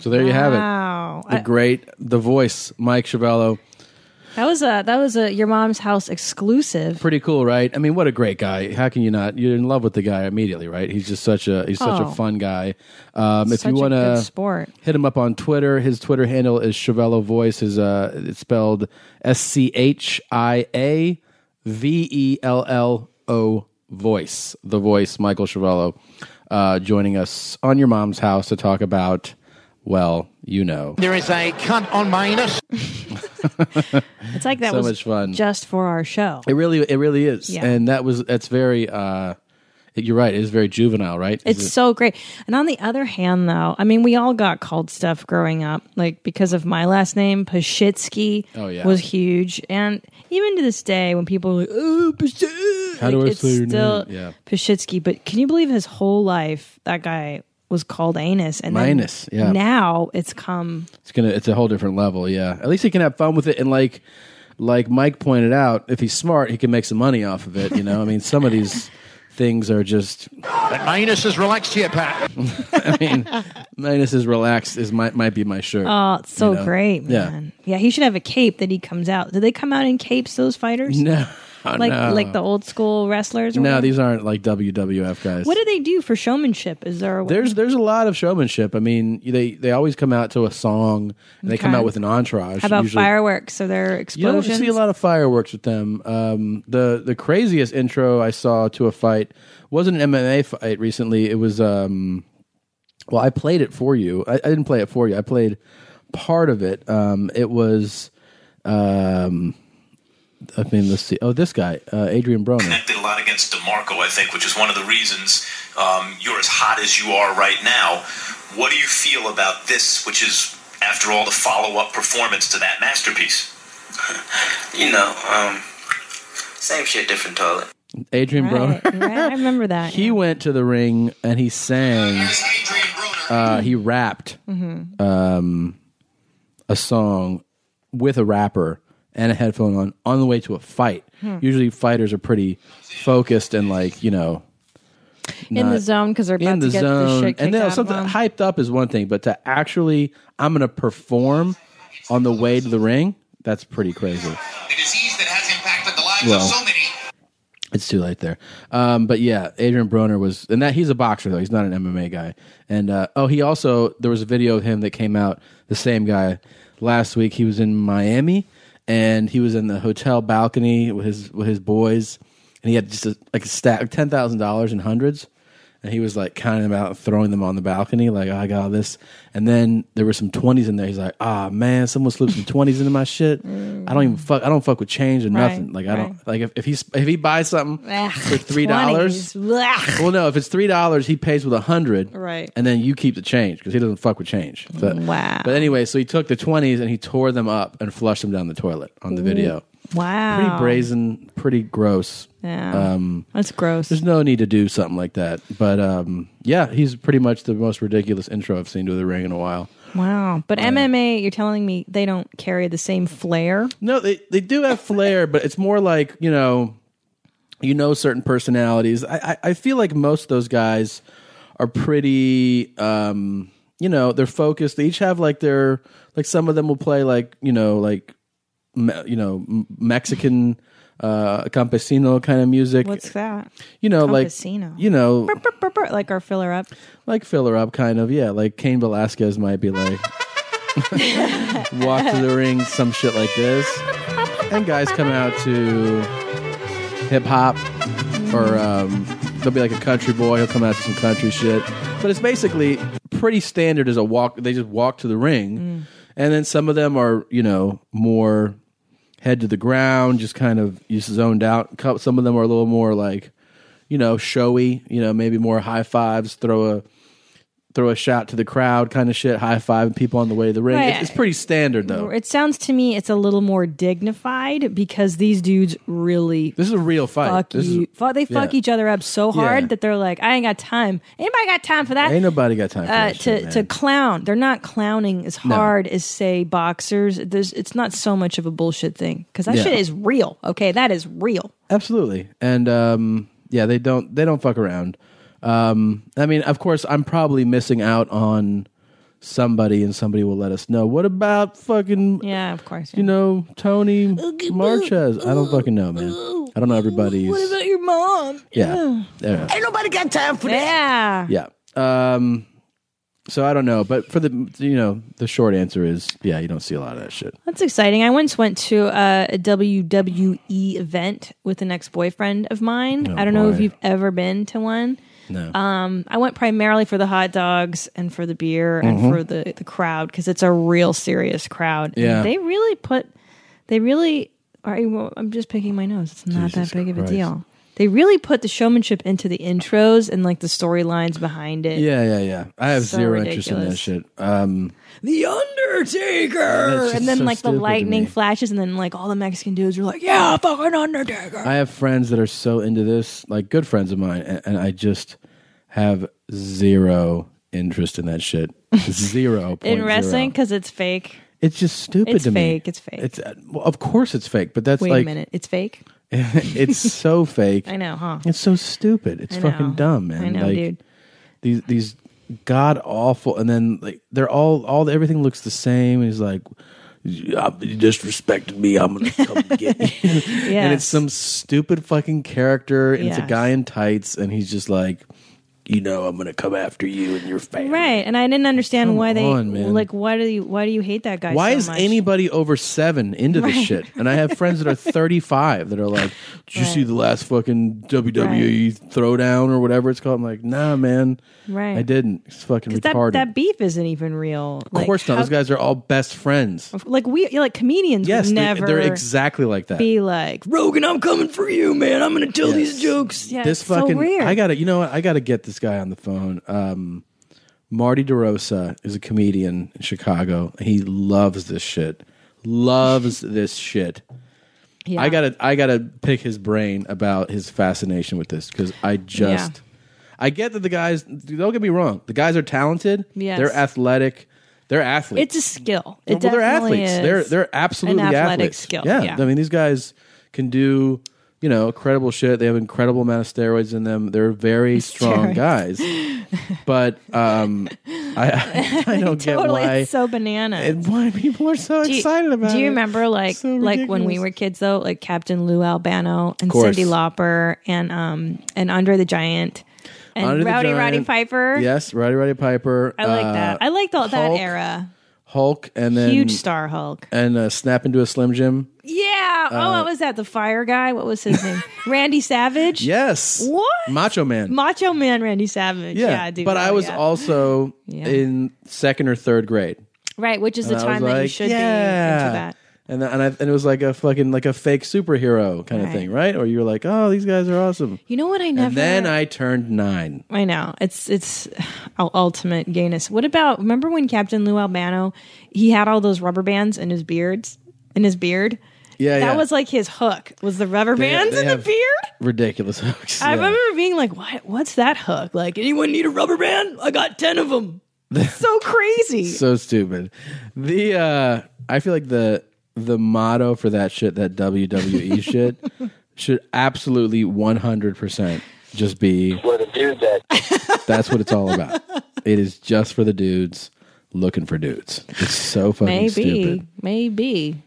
Speaker 1: So there you have it.
Speaker 2: Wow.
Speaker 1: The
Speaker 2: I-
Speaker 1: great, the voice, Mike Chavello.
Speaker 2: That was a that was a your mom's house exclusive.
Speaker 1: Pretty cool, right? I mean, what a great guy. How can you not? You're in love with the guy immediately, right? He's just such a he's such
Speaker 2: Oh.
Speaker 1: a fun guy. Um, if
Speaker 2: Such
Speaker 1: you
Speaker 2: a
Speaker 1: want
Speaker 2: good
Speaker 1: to
Speaker 2: sport.
Speaker 1: hit him up on Twitter, his Twitter handle is Chavello Voice. Is uh, it's spelled S C H I A V E L L O Voice. The voice, Michael Chavello, uh, joining us on your mom's house to talk about. Well, you know.
Speaker 4: There is a cunt on Manus.
Speaker 2: It's like that
Speaker 1: So
Speaker 2: was
Speaker 1: much fun.
Speaker 2: just for our show.
Speaker 1: It really, it really is,
Speaker 2: Yeah.
Speaker 1: and that was that's very. uh You're right. It is very juvenile, right? Is
Speaker 2: It's
Speaker 1: it-
Speaker 2: so great. And on the other hand, though, I mean, we all got called stuff growing up, like because of my last name, Pashitsky
Speaker 1: Oh, yeah.
Speaker 2: was huge. And even to this day, when people are like, oh, Pashitsky,
Speaker 1: How do I
Speaker 2: like, it's
Speaker 1: say your
Speaker 2: still
Speaker 1: name? Yeah.
Speaker 2: Pashitsky. But can you believe his whole life, that guy was called Anus? And then
Speaker 1: Minus, yeah.
Speaker 2: now it's come
Speaker 1: it's gonna it's a whole different level. Yeah, at least he can have fun with it, and like like Mike pointed out, if he's smart, he can make some money off of it. You know, I mean, some of these things are just.
Speaker 4: But Manus is relaxed here, Pat.
Speaker 1: I mean, minus is relaxed is might might be my shirt.
Speaker 2: Oh, it's so
Speaker 1: you know?
Speaker 2: great, man. Yeah. he should have a cape that he comes out. Do they come out in capes, those fighters?
Speaker 1: Yeah. No,
Speaker 2: Like
Speaker 1: no.
Speaker 2: like the old school wrestlers? Or
Speaker 1: no,
Speaker 2: whatever?
Speaker 1: these aren't like WWF guys.
Speaker 2: What do they do for showmanship? Is there a
Speaker 1: There's there's a lot of showmanship. I mean, they they always come out to a song and they come
Speaker 2: Okay.
Speaker 1: out with an entourage.
Speaker 2: How about
Speaker 1: usually.
Speaker 2: fireworks? Are there
Speaker 1: You don't
Speaker 2: explosions?
Speaker 1: see a lot of fireworks with them. Um, the the craziest intro I saw to a fight wasn't an MMA fight recently. It was um, well, I played it for you. I, I didn't play it for you. I played part of it. Um, it was um, I mean, let's see. Oh, this guy, uh, Adrian Broner.
Speaker 11: connected a lot against DeMarco, I think, which is one of the reasons um, you're as hot as you are right now. What do you feel about this, which is, after all, the follow up performance to that masterpiece?
Speaker 12: You know, um, same shit, different toilet.
Speaker 1: Adrian
Speaker 2: Right,
Speaker 1: Broner.
Speaker 2: right, I remember that.
Speaker 1: He went to the ring and he sang. Uh, he rapped
Speaker 2: Mhm.
Speaker 1: um, a song with a rapper and a headphone on on the way to a fight.
Speaker 2: Hmm.
Speaker 1: Usually, fighters are pretty focused and like you know
Speaker 2: in the
Speaker 1: not-
Speaker 2: zone because they're about
Speaker 1: in the
Speaker 2: to get the
Speaker 1: zone.
Speaker 2: shit kicked
Speaker 1: and then
Speaker 2: out
Speaker 1: something
Speaker 2: of them.
Speaker 1: hyped up is one thing, but to actually, I'm going to perform on the way to the ring. That's pretty crazy. Well, it's too late there. Um, but yeah, Adrian Broner was, and that he's a boxer though. He's not an MMA guy. And uh, oh, he also there was a video of him that came out. The same guy last week. He was in Miami, and he was in the hotel balcony with his with his boys, and he had just a, like a stack ten thousand dollars in hundreds. And he was like counting them out, and throwing them on the balcony, like "Oh, I got all this. And then there were some twenties in there. He's like, "Ah, man, someone slipped some twenties into my shit. I don't even fuck. I don't fuck with change or
Speaker 2: Right,
Speaker 1: nothing. Like I
Speaker 2: right.
Speaker 1: don't like if, if he if he buys something
Speaker 2: Ugh,
Speaker 1: for three dollars.
Speaker 2: 20s. Ugh.
Speaker 1: Well, no, if it's three dollars, he pays with a hundred,
Speaker 2: Right.
Speaker 1: And then you keep the change because he doesn't fuck with change. So-
Speaker 2: Wow.
Speaker 1: But anyway, so he took the twenties and he tore them up and flushed them down the toilet on the video.
Speaker 2: Wow.
Speaker 1: Pretty brazen, pretty gross.
Speaker 2: Yeah.
Speaker 1: Um,
Speaker 2: That's gross.
Speaker 1: There's no need to do something like that. But um, yeah, he's pretty much the most ridiculous intro I've seen to the ring in a while.
Speaker 2: Wow. But MMA, you're telling me they don't carry the same flair?
Speaker 1: No, they they do have flair, but it's more like you know, you know certain personalities. I I, I feel like most of those guys are pretty. um you know they're focused they each have like their like some of them will play like you know like me, you know m- mexican uh campesino kind of music
Speaker 2: What's that?
Speaker 1: you know like
Speaker 2: Campesino.
Speaker 1: you know
Speaker 2: Brr, brr, brr, brr, like our filler up.
Speaker 1: like filler up kind of yeah like kane velasquez might be like walk to the ring some shit like this and guys come out to hip hop or um, there'll be like a country boy he'll come out to some country shit but it's basically pretty standard as a walk they just walk to the ring and then some of them are you know more head to the ground just kind of just zoned out Co- some of them are a little more like you know showy you know maybe more high fives throw a throw a shout to the crowd kind of shit high five people on the way to the ring
Speaker 2: Right.
Speaker 1: it's, it's pretty standard though
Speaker 2: It sounds to me it's a little more dignified because these dudes really
Speaker 1: this is a real fight
Speaker 2: fuck
Speaker 1: This is-
Speaker 2: you. Fuck, they fuck
Speaker 1: yeah.
Speaker 2: each other up so hard
Speaker 1: Yeah.
Speaker 2: that they're like, I ain't got time. Anybody got time for that?
Speaker 1: ain't nobody got time for
Speaker 2: uh,
Speaker 1: that
Speaker 2: to
Speaker 1: shit,
Speaker 2: to
Speaker 1: man.
Speaker 2: clown. They're not clowning as
Speaker 1: No.
Speaker 2: hard as say boxers. There's it's not so much of a bullshit thing because that
Speaker 1: Yeah.
Speaker 2: shit is real. Okay, that is real.
Speaker 1: Absolutely. And um, yeah, they don't they don't fuck around. Um, I mean, of course, I'm probably missing out on somebody, and somebody will let us know. What about fucking?
Speaker 2: Yeah, of course.
Speaker 1: You know, Tony Marches. I don't fucking know, man. I don't know everybody's.
Speaker 2: What about your mom?
Speaker 1: Yeah. Yeah.
Speaker 2: Ain't nobody got time for that.
Speaker 1: Yeah. Um, so I don't know, but for the you know the short answer is yeah, you don't see a lot of that shit.
Speaker 2: That's exciting. I once went to uh, a WWE event with an ex boyfriend of mine.
Speaker 1: Oh,
Speaker 2: I don't know if
Speaker 1: boy.
Speaker 2: you've ever been to one.
Speaker 1: No.
Speaker 2: Um, I went primarily for the hot dogs and for the beer and
Speaker 1: Mhm.
Speaker 2: for the, the crowd because it's a real serious crowd. And
Speaker 1: Yeah.
Speaker 2: they really put, they really, are, well, I'm just picking my nose. It's not
Speaker 1: Jesus
Speaker 2: that big of a
Speaker 1: Christ.
Speaker 2: deal. They really put the showmanship into the intros and like the storylines behind it.
Speaker 1: Yeah, yeah, yeah. I have
Speaker 2: So
Speaker 1: zero
Speaker 2: ridiculous.
Speaker 1: interest in that shit. Um,
Speaker 2: The Undertaker,
Speaker 1: That's
Speaker 2: and
Speaker 1: just
Speaker 2: then
Speaker 1: so
Speaker 2: like the
Speaker 1: stupid to
Speaker 2: lightning
Speaker 1: me.
Speaker 2: flashes, and then like all the Mexican dudes were like, "Yeah, fucking Undertaker."
Speaker 1: I have friends that are so into this, like good friends of mine, and, and I just have zero interest in that shit. Zero point
Speaker 2: In
Speaker 1: zero.
Speaker 2: wrestling, because it's fake.
Speaker 1: It's just stupid
Speaker 2: It's
Speaker 1: to
Speaker 2: fake.
Speaker 1: me.
Speaker 2: It's fake.
Speaker 1: It's uh, well, of course it's fake, but that's
Speaker 2: Wait
Speaker 1: like
Speaker 2: a minute, it's fake.
Speaker 1: it's so fake.
Speaker 2: I know, huh?
Speaker 1: It's so stupid. It's
Speaker 2: I
Speaker 1: fucking
Speaker 2: know.
Speaker 1: dumb, man.
Speaker 2: I know,
Speaker 1: like,
Speaker 2: dude.
Speaker 1: These these god awful, and then like they're all all everything looks the same. And he's like, "You disrespected me. I'm gonna come get you." And it's
Speaker 2: Yes.
Speaker 1: some stupid fucking character. And It's
Speaker 2: Yes.
Speaker 1: a guy in tights, and he's just like, "You know, I'm gonna come after you and your family."
Speaker 2: Right, and I didn't understand
Speaker 1: Come
Speaker 2: why they
Speaker 1: on, man.
Speaker 2: like. Why do you why do you hate that guy?
Speaker 1: Why
Speaker 2: so
Speaker 1: is
Speaker 2: much?
Speaker 1: anybody over seven into this
Speaker 2: Right.
Speaker 1: shit? And I have friends that are 35 that are like, Did you see the last fucking WWE throwdown or whatever it's called? I'm like, Nah, man.
Speaker 2: Right.
Speaker 1: I didn't. It's fucking
Speaker 2: 'Cause that
Speaker 1: retarded.
Speaker 2: that beef isn't even real.
Speaker 1: of course not. Those guys are all best friends.
Speaker 2: like we like comedians.
Speaker 1: Yes,
Speaker 2: would
Speaker 1: they-
Speaker 2: never.
Speaker 1: they're exactly like that.
Speaker 2: Be like Rogan, I'm coming for you, man. I'm gonna tell
Speaker 1: Yes.
Speaker 2: these jokes. Yeah,
Speaker 1: this
Speaker 2: it's
Speaker 1: fucking
Speaker 2: so weird.
Speaker 1: I gotta you know what I gotta get this guy on the phone. Um Marty DeRosa is a comedian in Chicago. He loves this shit. Loves this shit.
Speaker 2: Yeah.
Speaker 1: I gotta I gotta pick his brain about his fascination with this because I just I get that the guys don't get me wrong, the guys are talented.
Speaker 2: Yes.
Speaker 1: They're athletic. They're athletes
Speaker 2: it's a skill.
Speaker 1: well,
Speaker 2: It
Speaker 1: they're
Speaker 2: definitely
Speaker 1: athletes.
Speaker 2: is
Speaker 1: They're they're absolutely
Speaker 2: an athletic
Speaker 1: athletes.
Speaker 2: skill.
Speaker 1: Yeah.
Speaker 2: yeah.
Speaker 1: I mean these guys can do you know incredible shit. They have incredible amount of steroids in them. They're very strong
Speaker 2: Steroids.
Speaker 1: guys. But um, I I don't get
Speaker 2: totally,
Speaker 1: why
Speaker 2: it's so banana.
Speaker 1: and why people are so
Speaker 2: do you,
Speaker 1: excited about it.
Speaker 2: Do you remember like
Speaker 1: So
Speaker 2: like when we
Speaker 1: ridiculous.
Speaker 2: were kids though, like Captain Lou Albano and
Speaker 1: Course.
Speaker 2: Cindy Lauper and um and Andre the Giant and
Speaker 1: Andre the
Speaker 2: Rowdy Roddy
Speaker 1: Giant.
Speaker 2: Piper.
Speaker 1: Yes, Rowdy Roddy Piper.
Speaker 2: I like
Speaker 1: uh,
Speaker 2: that. I liked all that
Speaker 1: Hulk,
Speaker 2: era.
Speaker 1: Hulk and then
Speaker 2: Huge star Hulk.
Speaker 1: and uh, snap into a Slim Jim.
Speaker 2: Yeah. oh,
Speaker 1: Uh,
Speaker 2: what was that? The fire guy? What was his name? Randy Savage?
Speaker 1: Yes.
Speaker 2: What?
Speaker 1: Macho Man.
Speaker 2: Macho Man Randy Savage. Yeah, dude.
Speaker 1: But
Speaker 2: oh,
Speaker 1: I was
Speaker 2: yeah.
Speaker 1: also in second or third grade.
Speaker 2: Right, which is the
Speaker 1: And I was
Speaker 2: time that you
Speaker 1: like,
Speaker 2: should be
Speaker 1: "Yeah."
Speaker 2: into that.
Speaker 1: And th- and, I, and it was like a fucking like a fake superhero kind of
Speaker 2: Right.
Speaker 1: thing, right? Or you're like, oh, these guys are awesome.
Speaker 2: You know what I never
Speaker 1: And then I turned nine.
Speaker 2: I know it's it's u- ultimate gayness. What about remember when Captain Lou Albano he had all those rubber bands in his beards in his beard?
Speaker 1: Yeah,
Speaker 2: that
Speaker 1: yeah.
Speaker 2: was like his hook was the rubber
Speaker 1: They-
Speaker 2: bands
Speaker 1: they
Speaker 2: in
Speaker 1: have
Speaker 2: the beard.
Speaker 1: Ridiculous hooks.
Speaker 2: I
Speaker 1: yeah.
Speaker 2: remember being like, "What? What's that hook? Like, anyone need a rubber band? I got ten of them. so crazy.
Speaker 1: so stupid. The uh I feel like the the motto for that shit, that WWE shit, should absolutely one hundred percent just be That's what it's all about. It is just for the dudes looking for dudes. It's so fucking
Speaker 2: maybe,
Speaker 1: stupid.
Speaker 2: maybe.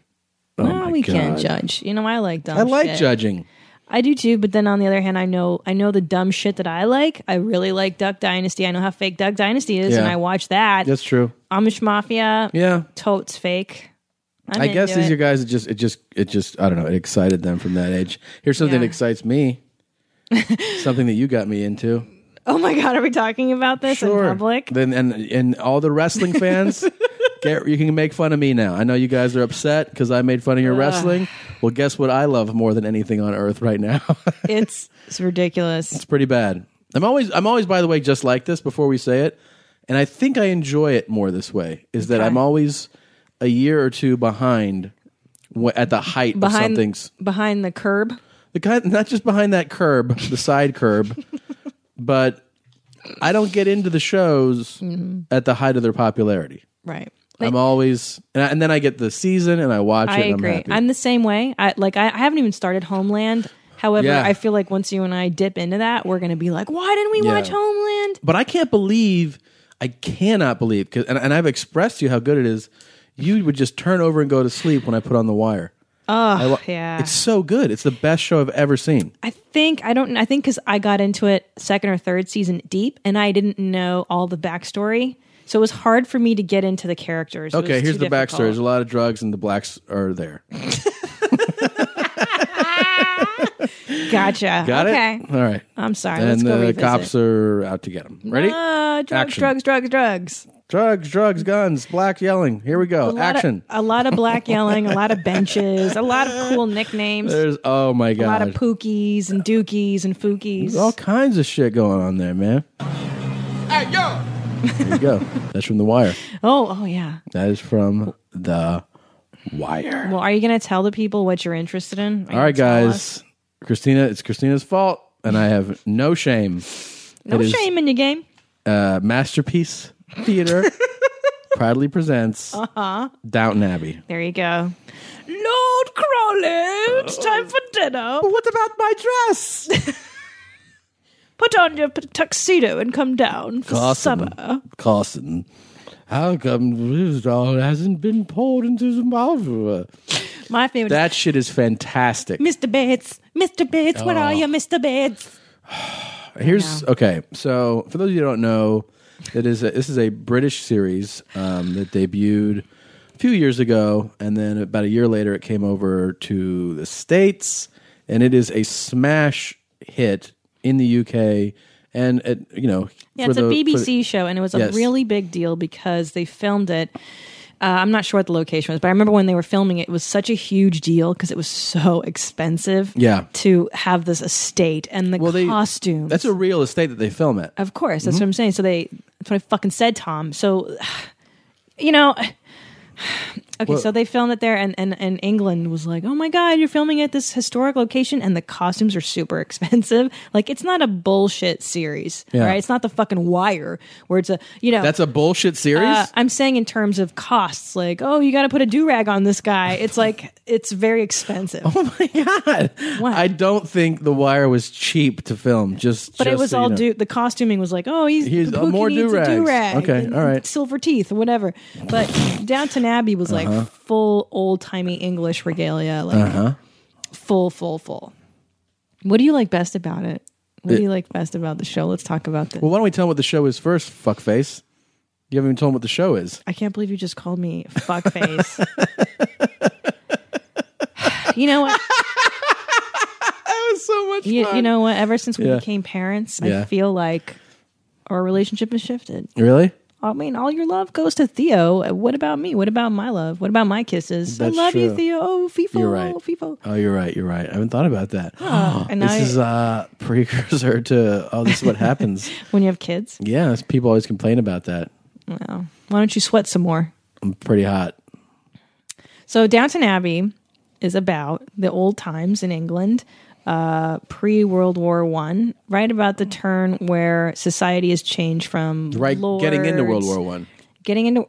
Speaker 1: Oh
Speaker 2: well,
Speaker 1: my
Speaker 2: we can't
Speaker 1: God.
Speaker 2: judge. You know, I like dumb.
Speaker 1: I like
Speaker 2: Oh, shit.
Speaker 1: judging.
Speaker 2: I do too, but then on the other hand, I know I know the dumb shit that I like. I really like Duck Dynasty. I know how fake Duck Dynasty is, and
Speaker 1: Yeah.
Speaker 2: I watch that.
Speaker 1: That's true.
Speaker 2: Amish Mafia.
Speaker 1: Yeah.
Speaker 2: Totes fake. I'm
Speaker 1: i guess
Speaker 2: into
Speaker 1: these
Speaker 2: it.
Speaker 1: are guys that just it just it just I don't know, it excited them from that age. Here's something that
Speaker 2: Yeah.
Speaker 1: excites me. something that you got me into.
Speaker 2: Oh my god, are we talking about this in public?
Speaker 1: Then and and all the wrestling fans, get you can make fun of me now. I know you guys are upset because I made fun of your
Speaker 2: Ugh.
Speaker 1: wrestling. Well, guess what? I love more than anything on earth right now.
Speaker 2: It's it's ridiculous.
Speaker 1: it's pretty bad. I'm always I'm always by the way just like this before we say it, and I think I enjoy it more this way. Is that I'm always a year or two behind wh- at the height of
Speaker 2: behind
Speaker 1: something's
Speaker 2: behind the curb.
Speaker 1: the kind not just behind that curb, the side curb, but I don't get into the shows
Speaker 2: Mm-hmm.
Speaker 1: at the height of their popularity.
Speaker 2: Right.
Speaker 1: I'm always and, I, and then I get the season and I watch
Speaker 2: I
Speaker 1: it. And
Speaker 2: agree.
Speaker 1: I'm
Speaker 2: I'm,
Speaker 1: happy.
Speaker 2: the same way. I like I, I haven't even started Homeland. However,
Speaker 1: Yeah.
Speaker 2: I feel like once you and I dip into that, we're gonna be like, why didn't we
Speaker 1: Yeah.
Speaker 2: watch Homeland?
Speaker 1: but I can't believe I cannot believe 'cause- and, and I've expressed to you how good it is. You would just turn over and go to sleep when I put on the wire. I
Speaker 2: Oh
Speaker 1: lo-
Speaker 2: yeah.
Speaker 1: It's so good. It's the best show I've ever seen.
Speaker 2: I think I don't. I think because I got into it second or third season deep, and I didn't know all the backstory, so it was hard for me to get into the characters. It
Speaker 1: Okay,
Speaker 2: was
Speaker 1: here's
Speaker 2: too
Speaker 1: the backstory. There's a
Speaker 2: difficult.
Speaker 1: lot of drugs and the blacks are there.
Speaker 2: Gotcha.
Speaker 1: Got
Speaker 2: okay.
Speaker 1: it? All right.
Speaker 2: I'm sorry.
Speaker 1: And
Speaker 2: Let's go
Speaker 1: the
Speaker 2: revisit.
Speaker 1: cops are out to get them. Ready?
Speaker 2: Ah, drugs,
Speaker 1: Action.
Speaker 2: drugs, drugs, drugs.
Speaker 1: Drugs, drugs, guns, black yelling. Here we
Speaker 2: A
Speaker 1: go.
Speaker 2: lot of-
Speaker 1: Action.
Speaker 2: a lot of black yelling. A lot of benches. A lot of cool nicknames.
Speaker 1: There's oh my
Speaker 2: a lot of
Speaker 1: god.
Speaker 2: pookies and dookies and
Speaker 1: There's
Speaker 2: fookies.
Speaker 1: all kinds of shit going on there, man.
Speaker 9: Hey, yo!
Speaker 1: There you go. That's from The Wire.
Speaker 2: Oh, oh yeah.
Speaker 1: That is from The Wire.
Speaker 2: Well, are you going to tell the people what you're interested in? Are you
Speaker 1: All right,
Speaker 2: gonna tell us?
Speaker 1: guys. Christina, it's Christina's fault, and I have no shame.
Speaker 2: No
Speaker 1: It is,
Speaker 2: shame in your game.
Speaker 1: Uh, masterpiece Theater proudly presents
Speaker 2: Uh huh.
Speaker 1: Downton Abbey.
Speaker 2: There you go. Lord Crawley, it's time for dinner.
Speaker 13: What about my dress?
Speaker 2: Put on your p- tuxedo and come down for
Speaker 1: Carson,
Speaker 2: summer.
Speaker 1: Carson, how come Rizdal hasn't been poured into the Malvora?
Speaker 2: My favorite.
Speaker 1: That shit is fantastic.
Speaker 2: Mr. Bates, Mr. Bates, where are
Speaker 1: Oh.
Speaker 2: you, Mr. Bates?
Speaker 1: Here's okay. So for those of you who don't know, it is a, this is a British series um, that debuted a few years ago, and then about a year later, it came over to the states, and it is a smash hit in the UK. And it, you know,
Speaker 2: Yeah,
Speaker 1: for
Speaker 2: it's a
Speaker 1: the- for the-
Speaker 2: BBC show, and it was a
Speaker 1: Yes.
Speaker 2: really big deal because they filmed it. Uh, I'm not sure what the location was, but I remember when they were filming it, it was such a huge deal because it was so expensive
Speaker 1: Yeah.
Speaker 2: to have this estate and the costume. Oh.
Speaker 1: That's a real estate that they film at.
Speaker 2: Of course, that's
Speaker 1: Mhm.
Speaker 2: what I'm saying. So they, that's what I fucking said, Tom. So, you know, okay.
Speaker 1: Well-
Speaker 2: so they filmed it there, and, and and England was like, "Oh my god, you're filming at this historic location, and the costumes are super expensive. Like, it's not a bullshit series,
Speaker 1: Yeah.
Speaker 2: right? It's not the fucking Wire where it's a, you know,
Speaker 1: That's a bullshit series.
Speaker 2: uh, I'm saying in terms of costs, like, oh, you got to put a do rag on this guy. It's like it's very expensive. Oh
Speaker 1: my god! I don't think The Wire was cheap to film. Just,
Speaker 2: But it
Speaker 1: just
Speaker 2: was
Speaker 1: so you
Speaker 2: all
Speaker 1: know.
Speaker 2: do the costuming was like, oh, he's,
Speaker 1: He's- uh,
Speaker 2: Pookie
Speaker 1: more
Speaker 2: needs
Speaker 1: do-rags.
Speaker 2: a do rag.
Speaker 1: Okay, all right.
Speaker 2: Silver teeth, whatever. But Downton Abbey was
Speaker 1: Uh-huh.
Speaker 2: like full old timey English regalia, like
Speaker 1: Uh-huh.
Speaker 2: full, full, full. What do you like best about it? What
Speaker 1: It-
Speaker 2: do you like best about the show? Let's talk about this.
Speaker 1: Well, why don't we tell them what the show is first, fuckface? You haven't even told them what the show is.
Speaker 2: I can't believe you just called me fuckface. you know what?
Speaker 1: that was so much
Speaker 2: You,
Speaker 1: fun.
Speaker 2: you know what? Ever since we
Speaker 1: Yeah.
Speaker 2: became parents, I
Speaker 1: Yeah.
Speaker 2: feel like our relationship has shifted.
Speaker 1: Really?
Speaker 2: I mean, all your love goes to Theo. What about me? What about my love? What about my kisses?
Speaker 1: That's
Speaker 2: I love you,
Speaker 1: true.
Speaker 2: Theo. Oh, FIFO.
Speaker 1: You're right.
Speaker 2: FIFO.
Speaker 1: Oh, you're right. You're right. I haven't thought about that.
Speaker 2: Ah, and
Speaker 1: this
Speaker 2: I-
Speaker 1: is uh, precursor to oh, this is what happens.
Speaker 2: When you have kids?
Speaker 1: yeah, that's- people always complain about that.
Speaker 2: Wow. Why don't you sweat some more?
Speaker 1: I'm pretty hot.
Speaker 2: So, Downton Abbey is about the old times in England, uh, pre World War One, right about the turn where society has changed from
Speaker 1: Right, getting into World
Speaker 2: lords-
Speaker 1: War One.
Speaker 2: getting into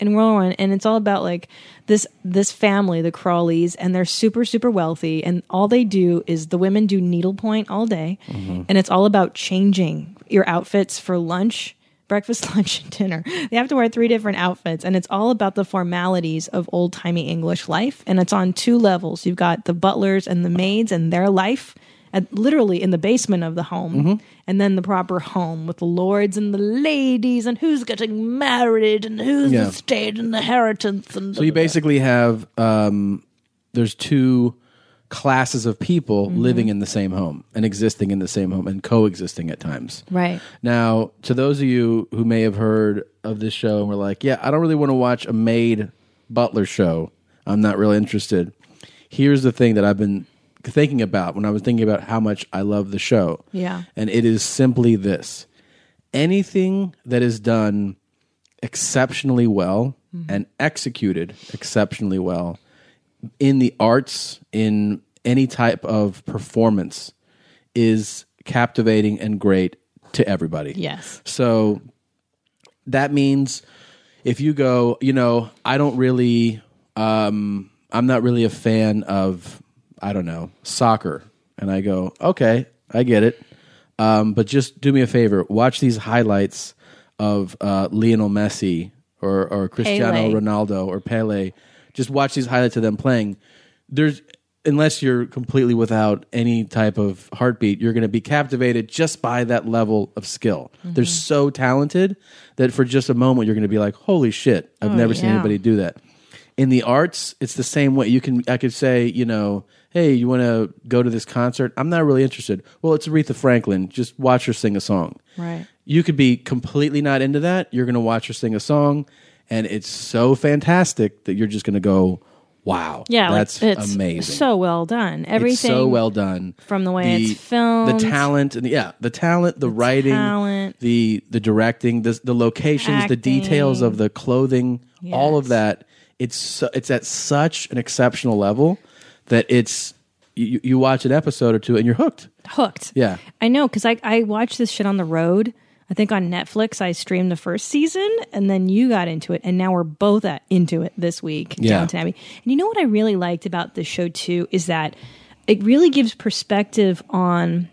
Speaker 2: in World War One, and it's all about like this this family, the Crawleys, and they're super super wealthy, and all they do is the women do needlepoint all day, and it's all about changing your outfits for lunch. Breakfast, lunch, and dinner. They have to wear three different outfits, and it's all about the formalities of old timey English life. And it's on two levels. You've got the butlers and the maids and their life, at, literally in the basement of the home,
Speaker 14: Mhm.
Speaker 2: and then the proper home with the lords and the ladies and who's getting married and who's
Speaker 1: Yeah.
Speaker 2: estate and inheritance and
Speaker 1: So you basically have um, there's two classes of people
Speaker 2: Mm-hmm.
Speaker 1: living in the same home and existing in the same home and coexisting at times.
Speaker 2: right.
Speaker 1: Now, to those of you who may have heard of this show and were like, yeah, I don't really want to watch a maid butler show. I'm not really interested. Here's the thing that I've been thinking about when I was thinking about how much I love the show.
Speaker 2: Yeah.
Speaker 1: And it is simply this anything that is done exceptionally well and executed exceptionally well in the arts, in any type of performance, is captivating and great to everybody.
Speaker 2: Yes.
Speaker 1: So that means if you go, you know, I don't really, um, I'm not really a fan of, I don't know, soccer. And I go, okay, I get it. Um, but just do me a favor, watch these highlights of uh, Lionel Messi or, or Cristiano
Speaker 2: Pele.
Speaker 1: Ronaldo or Pele. Just watch these highlights of them playing. There's, unless you're completely without any type of heartbeat, you're going to be captivated just by that level of skill.
Speaker 15: Mm-hmm.
Speaker 1: They're so talented that for just a moment you're going to be like, "Holy shit! I've
Speaker 15: Oh,
Speaker 1: never seen
Speaker 15: yeah.
Speaker 1: anybody do that." In the arts, it's the same way. You can I could say, you know, "Hey, you want to go to this concert?" I'm not really interested. Well, it's Aretha Franklin. Just watch her sing a song.
Speaker 2: Right.
Speaker 1: You could be completely not into that. You're going to watch her sing a song, and it's so fantastic that you're just going to go, "Wow,
Speaker 2: Yeah, like,
Speaker 1: that's
Speaker 2: it's
Speaker 1: amazing."
Speaker 2: So well done. Everything
Speaker 1: It's so well done
Speaker 2: from the way it's filmed,
Speaker 1: the talent and yeah the talent the, writing
Speaker 2: talent.
Speaker 1: the the directing the, the locations the details of the clothing all of that it's so, it's at such an exceptional level that it's you, you watch an episode or two and you're hooked
Speaker 2: hooked.
Speaker 1: yeah
Speaker 2: I know because I I watch this shit on the road. I think on Netflix I streamed the first season and then you got into it and now we're both at, into it this week,
Speaker 1: Yeah.
Speaker 2: Downton Abbey. And you know what I really liked about this show too is that it really gives perspective on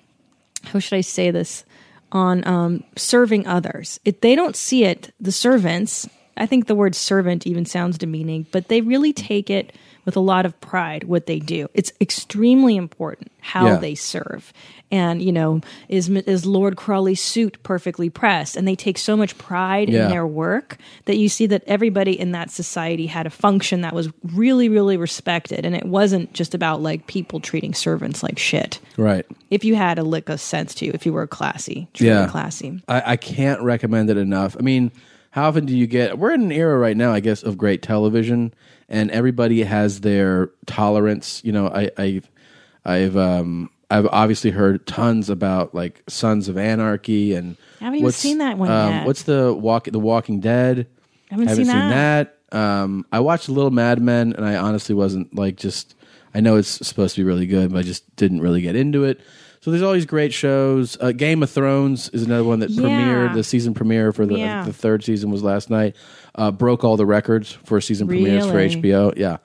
Speaker 2: how should I say this on um, serving others. If they don't see it, the servants. I think the word servant even sounds demeaning, but they really take it with a lot of pride what they do. It's extremely important how
Speaker 14: Yeah.
Speaker 2: they serve. And, you know, is is Lord Crawley's suit perfectly pressed? And they take so much pride
Speaker 14: Yeah.
Speaker 2: in their work that you see that everybody in that society had a function that was really really respected and it wasn't just about like people treating servants like shit
Speaker 1: Right.
Speaker 2: if you had a lick of sense to you, if you were classy, truly
Speaker 1: Yeah.
Speaker 2: classy.
Speaker 1: I, I can't recommend it enough. I mean, how often do you get? We're in an era right now, I guess, of great television, and everybody has their tolerance. You know, I, I've, I've, um, I've obviously heard tons about like Sons of Anarchy and
Speaker 2: I haven't even
Speaker 1: what's-
Speaker 2: seen that one
Speaker 1: um,
Speaker 2: yet.
Speaker 1: What's the walk? The Walking Dead.
Speaker 2: I haven't seen
Speaker 1: that. Um, I watched a little Mad Men, and I honestly wasn't like just. I know it's supposed to be really good, but I just didn't really get into it. So there's all these great shows. Uh, Game of Thrones is another one that
Speaker 2: Yeah.
Speaker 1: premiered. The season premiere for the, I think
Speaker 2: Yeah.
Speaker 1: the third season was last night. Uh, broke all the records for season premieres
Speaker 2: Really?
Speaker 1: for HBO. Yeah.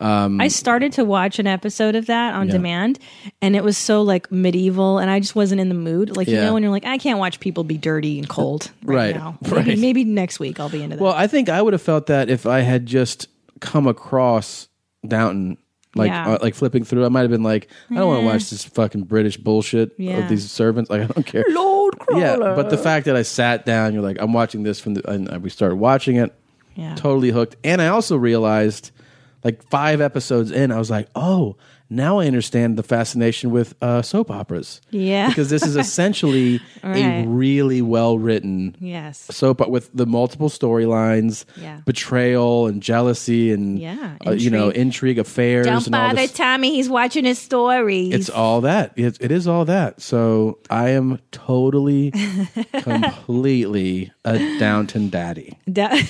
Speaker 1: Um,
Speaker 2: I started to watch an episode of that on
Speaker 1: Yeah.
Speaker 2: demand, and it was so like medieval, and I just wasn't in the mood. Like you
Speaker 1: Yeah.
Speaker 2: know, when you're like, I can't watch people be dirty and cold
Speaker 1: Right,
Speaker 2: right, now. Maybe,
Speaker 1: right.
Speaker 2: maybe next week I'll be into that.
Speaker 1: Well, I think I would have felt that if I had just come across Downton, like
Speaker 2: Yeah.
Speaker 1: uh, like flipping through. I might have been like, I don't want
Speaker 2: Eh.
Speaker 1: to watch this fucking British bullshit
Speaker 2: Yeah.
Speaker 1: of these servants. Like I don't care.
Speaker 3: Lord
Speaker 1: Yeah,
Speaker 3: Crawler.
Speaker 1: but the fact that I sat down, you're like, I'm watching this from the, and uh, we started watching it.
Speaker 2: Yeah.
Speaker 1: Totally hooked. And I also realized, like five episodes in, I was like, oh, now I understand the fascination with uh, soap operas.
Speaker 2: Yeah.
Speaker 1: Because this is essentially a
Speaker 2: Right.
Speaker 1: really well written
Speaker 2: Yes.
Speaker 1: soap o- with the multiple storylines,
Speaker 2: Yeah.
Speaker 1: betrayal and jealousy and
Speaker 2: Yeah,
Speaker 1: uh, you know
Speaker 2: intrigue.
Speaker 1: intrigue affairs
Speaker 2: Don't
Speaker 1: and all
Speaker 2: bother
Speaker 1: this.
Speaker 2: Tommy; he's watching his stories.
Speaker 1: it's all that. It, it is all that. So I am totally, completely a Downton daddy.
Speaker 2: Da-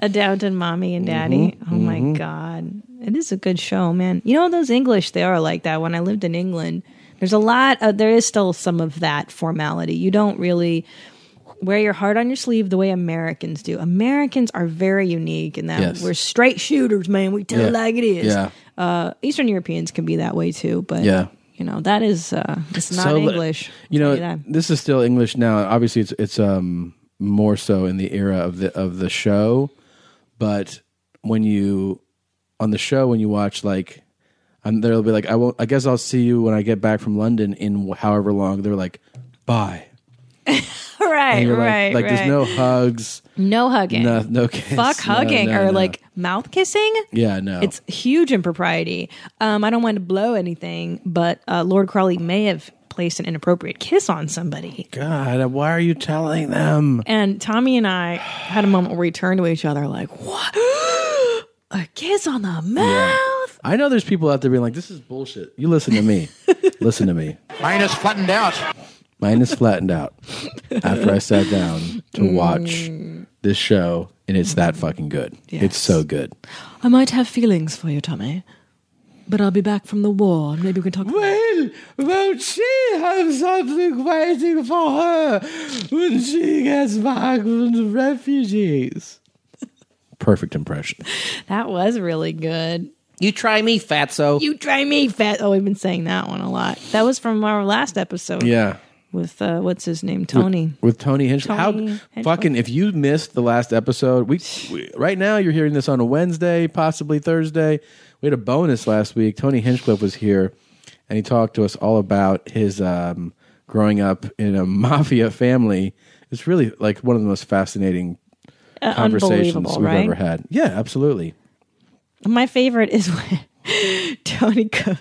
Speaker 2: a Downton mommy and
Speaker 1: Mhm,
Speaker 2: daddy. Oh my
Speaker 1: mhm.
Speaker 2: god, it is a good show, man. You know those English they are like that. When I lived in England, there's a lot. Of, there is still some of that formality. You don't really wear your heart on your sleeve the way Americans do. Americans are very unique in that
Speaker 14: Yes.
Speaker 2: we're straight shooters, man. We tell
Speaker 14: Yeah.
Speaker 2: it like it is.
Speaker 1: Yeah.
Speaker 2: Uh, Eastern Europeans can be that way too, but
Speaker 1: Yeah.
Speaker 2: you know that is uh, it's not
Speaker 1: So,
Speaker 2: English.
Speaker 1: You
Speaker 2: I'll tell
Speaker 1: know,
Speaker 2: that.
Speaker 1: this is still English now. Obviously, it's it's um more so in the era of the of the show, but when you on the show when you watch like, and they'll be like, I won't. I guess I'll see you when I get back from London in however long. They're like, bye.
Speaker 2: right,
Speaker 1: And you're like-
Speaker 2: right,
Speaker 1: like,
Speaker 2: right.
Speaker 1: there's no hugs,
Speaker 2: No hugging.
Speaker 1: no no kiss,
Speaker 2: Fuck
Speaker 1: no,
Speaker 2: hugging
Speaker 1: no,
Speaker 2: or
Speaker 1: no.
Speaker 2: like mouth kissing.
Speaker 1: yeah no
Speaker 2: It's huge impropriety. Um, I don't want to blow anything, but uh, Lord Crawley may have placed an inappropriate kiss on somebody.
Speaker 1: God. Why are you telling them?
Speaker 2: And Tommy and I had a moment where we turned to each other like, what? a kiss on the mouth?
Speaker 1: I know there's people out there being like, this is bullshit. You listen to me. listen to me.
Speaker 4: Minus flattened out.
Speaker 1: Mine is flattened out after I sat down to
Speaker 13: Mm.
Speaker 1: watch this show, and it's that fucking good. It's so good.
Speaker 2: I might have feelings for you, Tommy, but I'll be back from the war and maybe we can talk
Speaker 13: Well, won't she have something waiting for her when she gets back from the refugees?
Speaker 1: Perfect impression.
Speaker 2: That was really good.
Speaker 15: You try me, fatso.
Speaker 2: You try me, fat. Oh, we've been saying that one a lot. That was from our last episode.
Speaker 1: Yeah.
Speaker 2: With uh, what's his name? Tony.
Speaker 1: With, with Tony Hinchcliffe. How
Speaker 2: Tony Hinchcliffe.
Speaker 1: fucking if you missed the last episode, we, we right now you're hearing this on a Wednesday, possibly Thursday. We had a bonus last week. Tony Hinchcliffe was here and he talked to us all about his um, growing up in a mafia family. It's really like one of the most fascinating
Speaker 2: Uh,
Speaker 1: conversations
Speaker 2: unbelievable,
Speaker 1: we've
Speaker 2: right?
Speaker 1: ever had. Yeah, absolutely.
Speaker 2: My favorite is when Tony goes.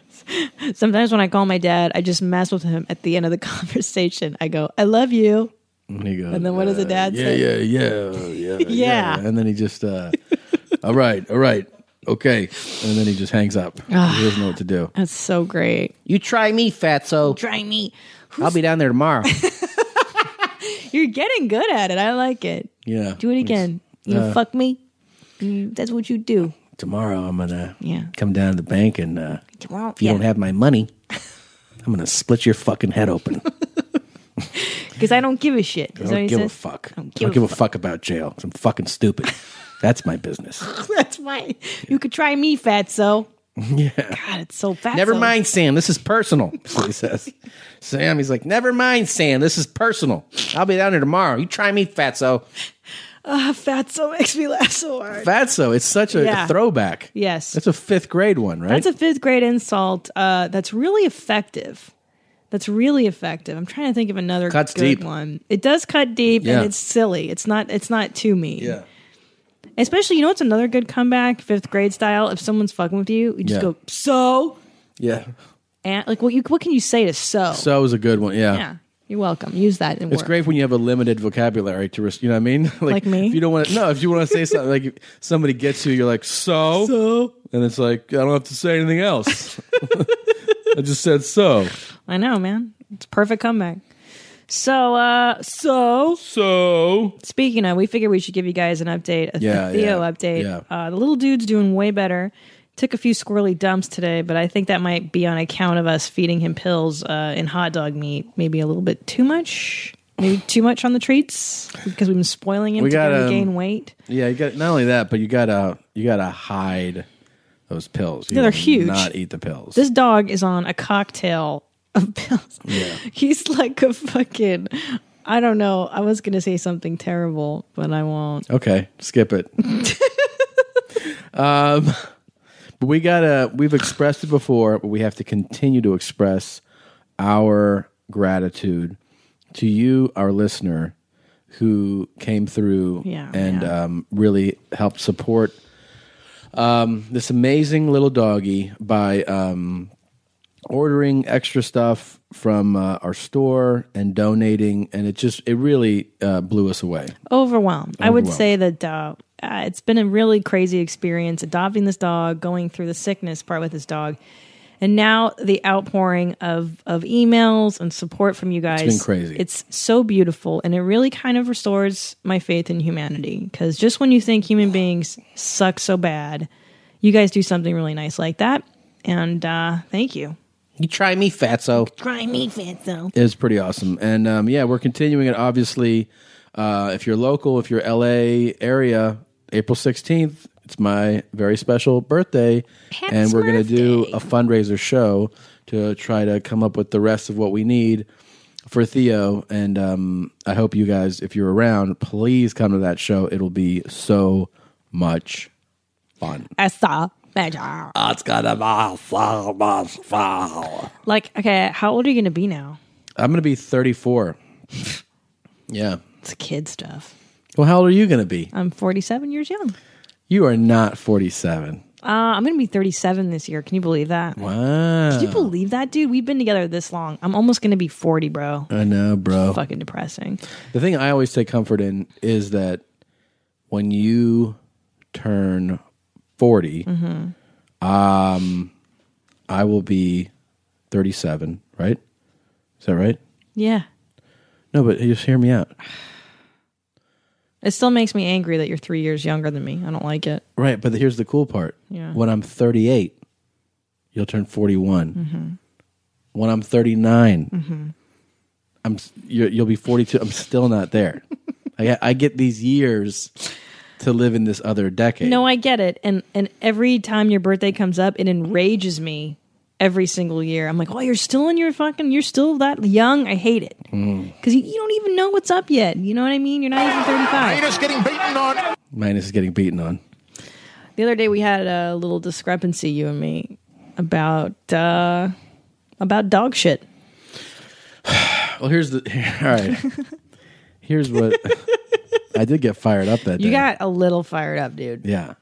Speaker 2: Sometimes when I call my dad, I just mess with him at the end of the conversation. I go, I love you.
Speaker 1: And he goes,
Speaker 2: And then what does the dad
Speaker 1: yeah,
Speaker 2: say?
Speaker 1: Yeah, yeah, yeah, yeah,
Speaker 2: Yeah.
Speaker 1: And then he just, uh, all right, all right, okay. And then he just hangs up. he
Speaker 2: Ah.
Speaker 1: doesn't know what to do.
Speaker 2: That's so great.
Speaker 15: You try me, fatso.
Speaker 2: Try me.
Speaker 15: I'll be down there tomorrow.
Speaker 2: You're getting good at it. I like it.
Speaker 1: Yeah.
Speaker 2: Do it again. You
Speaker 1: uh,
Speaker 2: fuck me. You, that's what you do.
Speaker 1: Tomorrow I'm gonna
Speaker 2: Yeah.
Speaker 1: come down to the bank and uh,
Speaker 2: Tomorrow,
Speaker 1: if you don't
Speaker 2: yeah.
Speaker 1: have my money, I'm gonna split your fucking head open.
Speaker 2: because I don't give a shit.
Speaker 1: I
Speaker 2: Is that what
Speaker 1: don't
Speaker 2: he
Speaker 1: give a
Speaker 2: says?
Speaker 1: fuck.
Speaker 2: I don't
Speaker 1: I
Speaker 2: give,
Speaker 1: give
Speaker 2: a,
Speaker 1: a fuck about jail. 'cause I'm fucking stupid. That's my business.
Speaker 2: fuck. That's why you could try me, Fatso.
Speaker 1: yeah.
Speaker 2: God, it's so fat.
Speaker 1: Never mind, Sam. This is personal. That's what he says. Sam, he's like, never mind, Sam. This is personal. I'll be down there tomorrow. You try me, Fatso.
Speaker 2: Uh, fatso makes me laugh so hard.
Speaker 1: Fatso. It's such a
Speaker 2: Yeah.
Speaker 1: throwback.
Speaker 2: Yes.
Speaker 1: That's a fifth grade one, right?
Speaker 2: That's a fifth grade insult. Uh, that's really effective. That's really effective. I'm trying to think of another
Speaker 1: Cuts
Speaker 2: good
Speaker 1: deep.
Speaker 2: one. It does cut deep,
Speaker 1: Yeah.
Speaker 2: and it's silly. It's not. It's not too mean.
Speaker 1: Yeah.
Speaker 2: Especially, you know, what's another good comeback, fifth grade style. If someone's fucking with you, you just
Speaker 1: Yeah.
Speaker 2: go so
Speaker 1: yeah.
Speaker 2: and like what you what can you say to so?
Speaker 1: So is a good one. Yeah.
Speaker 2: yeah. You're welcome. Use that in
Speaker 1: It's
Speaker 2: work.
Speaker 1: great when you have a limited vocabulary to, res- you know what I mean? like,
Speaker 2: Like me?
Speaker 1: If you don't want to, no, if you want to say something, like if somebody gets you, you're like, so?
Speaker 2: So?
Speaker 1: And it's like, I don't have to say anything else. I just said so.
Speaker 2: I know, man. It's a perfect comeback. So, uh, so,
Speaker 1: so,
Speaker 2: speaking of, we figured we should give you guys an update, a
Speaker 1: Yeah,
Speaker 2: Theo
Speaker 1: yeah,
Speaker 2: update.
Speaker 1: yeah.
Speaker 2: Uh, the little dude's doing way better. Took a few squirrely dumps today, but I think that might be on account of us feeding him pills uh, and hot dog meat. Maybe a little bit too much. Maybe too much on the treats because we've been spoiling him
Speaker 1: We
Speaker 2: to get
Speaker 1: got,
Speaker 2: him to
Speaker 1: um,
Speaker 2: gain weight.
Speaker 1: Yeah, you got not only that, but you gotta you gotta hide those pills. You
Speaker 2: Yeah, they're
Speaker 1: will
Speaker 2: huge.
Speaker 1: Not eat the pills.
Speaker 2: This dog is on a cocktail of pills. He's like a fucking. I don't know. I was gonna say something terrible, but I won't.
Speaker 1: Okay, skip it. um, but we gotta we've expressed it before, but we have to continue to express our gratitude to you, our listener, who came through
Speaker 13: Yeah,
Speaker 1: and Um, really helped support um, this amazing little doggy by um, ordering extra stuff from uh, our store and donating, and it just it really uh, blew us away.
Speaker 2: Overwhelmed. I would
Speaker 1: Overwhelmed.
Speaker 2: say that uh, uh, it's been a really crazy experience adopting this dog, going through the sickness part with this dog, and now the outpouring of of emails and support from you guys.
Speaker 1: been crazy.
Speaker 2: It's so beautiful, and it really kind of restores my faith in humanity. Because just when you think human beings suck so bad, you guys do something really nice like that. And uh, thank you.
Speaker 1: You try me, fatso.
Speaker 2: Try me, Fatso.
Speaker 1: It was pretty awesome. And um, yeah, we're continuing it. Obviously, uh, if you're local, if you're LA area, April 16th, it's my very special birthday. and we're going to do a fundraiser show to try to come up with the rest of what we need for Theo. And um, I hope you guys, if you're around, please come to that show. It'll be so much fun.
Speaker 2: I saw magic.
Speaker 1: It's going to be so much fun.
Speaker 2: Like, okay, how old are you going to be now?
Speaker 1: I'm going to be 34. yeah.
Speaker 2: It's kid stuff.
Speaker 1: Well, how old are you going to be?
Speaker 2: I'm 47 years young.
Speaker 1: You are not 47.
Speaker 2: Uh, I'm going to be 37 this year. Can you believe that?
Speaker 1: Wow.
Speaker 2: Can you believe that, dude? We've been together this long. I'm almost going to be 40, bro.
Speaker 1: I know, bro.
Speaker 2: Fucking depressing.
Speaker 1: The thing I always take comfort in is that when you turn 40,
Speaker 2: Mhm.
Speaker 1: um, I will be 37, right? Is that right?
Speaker 2: Yeah.
Speaker 1: No, but just hear me out.
Speaker 2: It still makes me angry that you're three years younger than me. I don't like it.
Speaker 1: Right, but here's the cool part.
Speaker 2: Yeah.
Speaker 1: When I'm 38, you'll turn 41.
Speaker 2: Mm-hmm.
Speaker 1: When I'm 39,
Speaker 2: hmm
Speaker 1: I'm s- you're, you'll be 42. I'm still not there. I, I get these years to live in this other decade.
Speaker 2: No, I get it. And and every time your birthday comes up, it enrages me every single year. I'm like, oh, you're still in your fucking, you're still that young. I hate it.
Speaker 1: Mm.
Speaker 2: Because you, you don't even know what's up yet. You know what I mean? You're not even 35.
Speaker 4: Anus getting beaten on.
Speaker 1: Minus is getting beaten on.
Speaker 2: The other day we had a little discrepancy, you and me, about uh, about dog shit.
Speaker 1: Well, here's the all right. here's what I did get fired up that
Speaker 2: You
Speaker 1: day.
Speaker 2: got a little fired up, dude.
Speaker 1: yeah.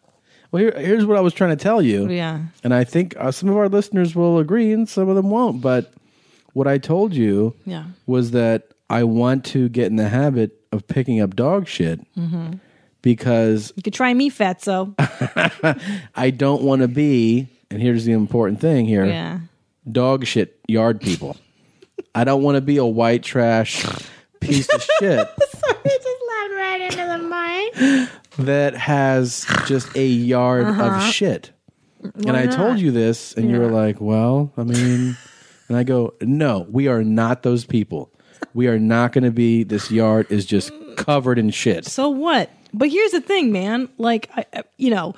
Speaker 1: Well, here, here's what I was trying to tell you.
Speaker 2: Yeah.
Speaker 1: And I think uh, some of our listeners will agree and some of them won't. But what I told you
Speaker 2: Yeah.
Speaker 1: was that I want to get in the habit of picking up dog shit
Speaker 2: hmm
Speaker 1: because
Speaker 2: You could try me, Fatso.
Speaker 1: I don't want to be, and here's the important thing here
Speaker 2: Yeah.
Speaker 1: dog shit yard people. I don't want to be a white trash piece of shit
Speaker 14: Sorry, just laughed right into the mic.
Speaker 1: that has just a yard
Speaker 14: Uh-huh.
Speaker 1: of shit. and
Speaker 14: Why
Speaker 1: I
Speaker 14: not?
Speaker 1: told you this, and you were like, well, I mean, and I go, no, we are not those people. we are not going to be. This yard is just covered in shit.
Speaker 2: So what? But here's the thing, man. Like, I, I- you know,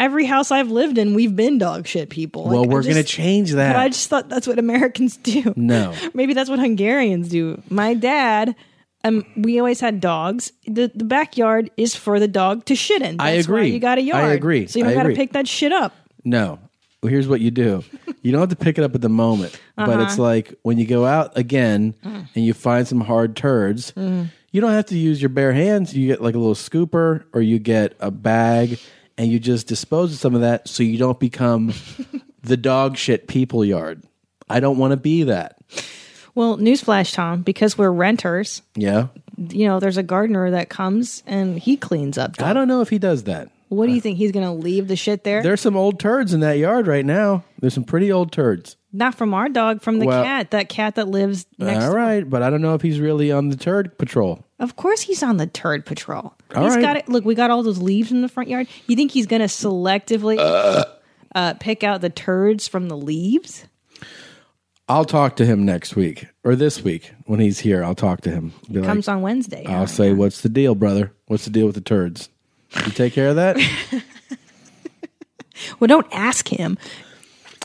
Speaker 2: every house I've lived in, we've been dog shit people. Like,
Speaker 1: well,
Speaker 2: I
Speaker 1: we're going to
Speaker 2: just-
Speaker 1: change that.
Speaker 2: But I just thought that's what Americans do.
Speaker 1: No.
Speaker 2: Maybe that's what Hungarians do. My dad, um, we always had dogs. The, the backyard is for the dog to shit in.
Speaker 1: I
Speaker 2: That's why
Speaker 1: agree.
Speaker 2: you got a
Speaker 1: I
Speaker 2: yard.
Speaker 1: agree.
Speaker 2: So you don't
Speaker 1: I
Speaker 2: got to
Speaker 1: agree.
Speaker 2: pick that shit up.
Speaker 1: No. Well, here's what you do. You don't have to pick it up at the moment, but
Speaker 2: Uh-huh.
Speaker 1: it's like when you go out again
Speaker 2: Mm.
Speaker 1: and you find some hard turds,
Speaker 2: Mm.
Speaker 1: you don't have to use your bare hands. You get like a little scooper or you get a bag and you just dispose of some of that so you don't become the dog shit people yard. I don't want to be that.
Speaker 2: Well, newsflash, Tom, because we're renters,
Speaker 1: Yeah.
Speaker 2: you know, there's a gardener that comes and he cleans up.
Speaker 1: I don't know if he does that.
Speaker 2: What do you think? He's going to leave the shit there?
Speaker 1: There's some old turds in that yard right now. There's some pretty old turds.
Speaker 2: Not from our dog, from the
Speaker 1: Well-
Speaker 2: cat, that cat that lives next
Speaker 1: All right, but I don't know if he's really on the turd patrol.
Speaker 2: Of course, he's on the turd patrol. He's
Speaker 1: All right.
Speaker 2: got it. Look, we got all those leaves in the front yard. You think he's going to selectively uh, pick out the turds from the leaves?
Speaker 1: I'll talk to him next week or this week when he's here. I'll talk to him. Be like,
Speaker 2: Comes on Wednesday.
Speaker 1: I'll say, "What's the deal, brother? What's the deal with the turds? You take care of that."
Speaker 2: Well, don't ask him.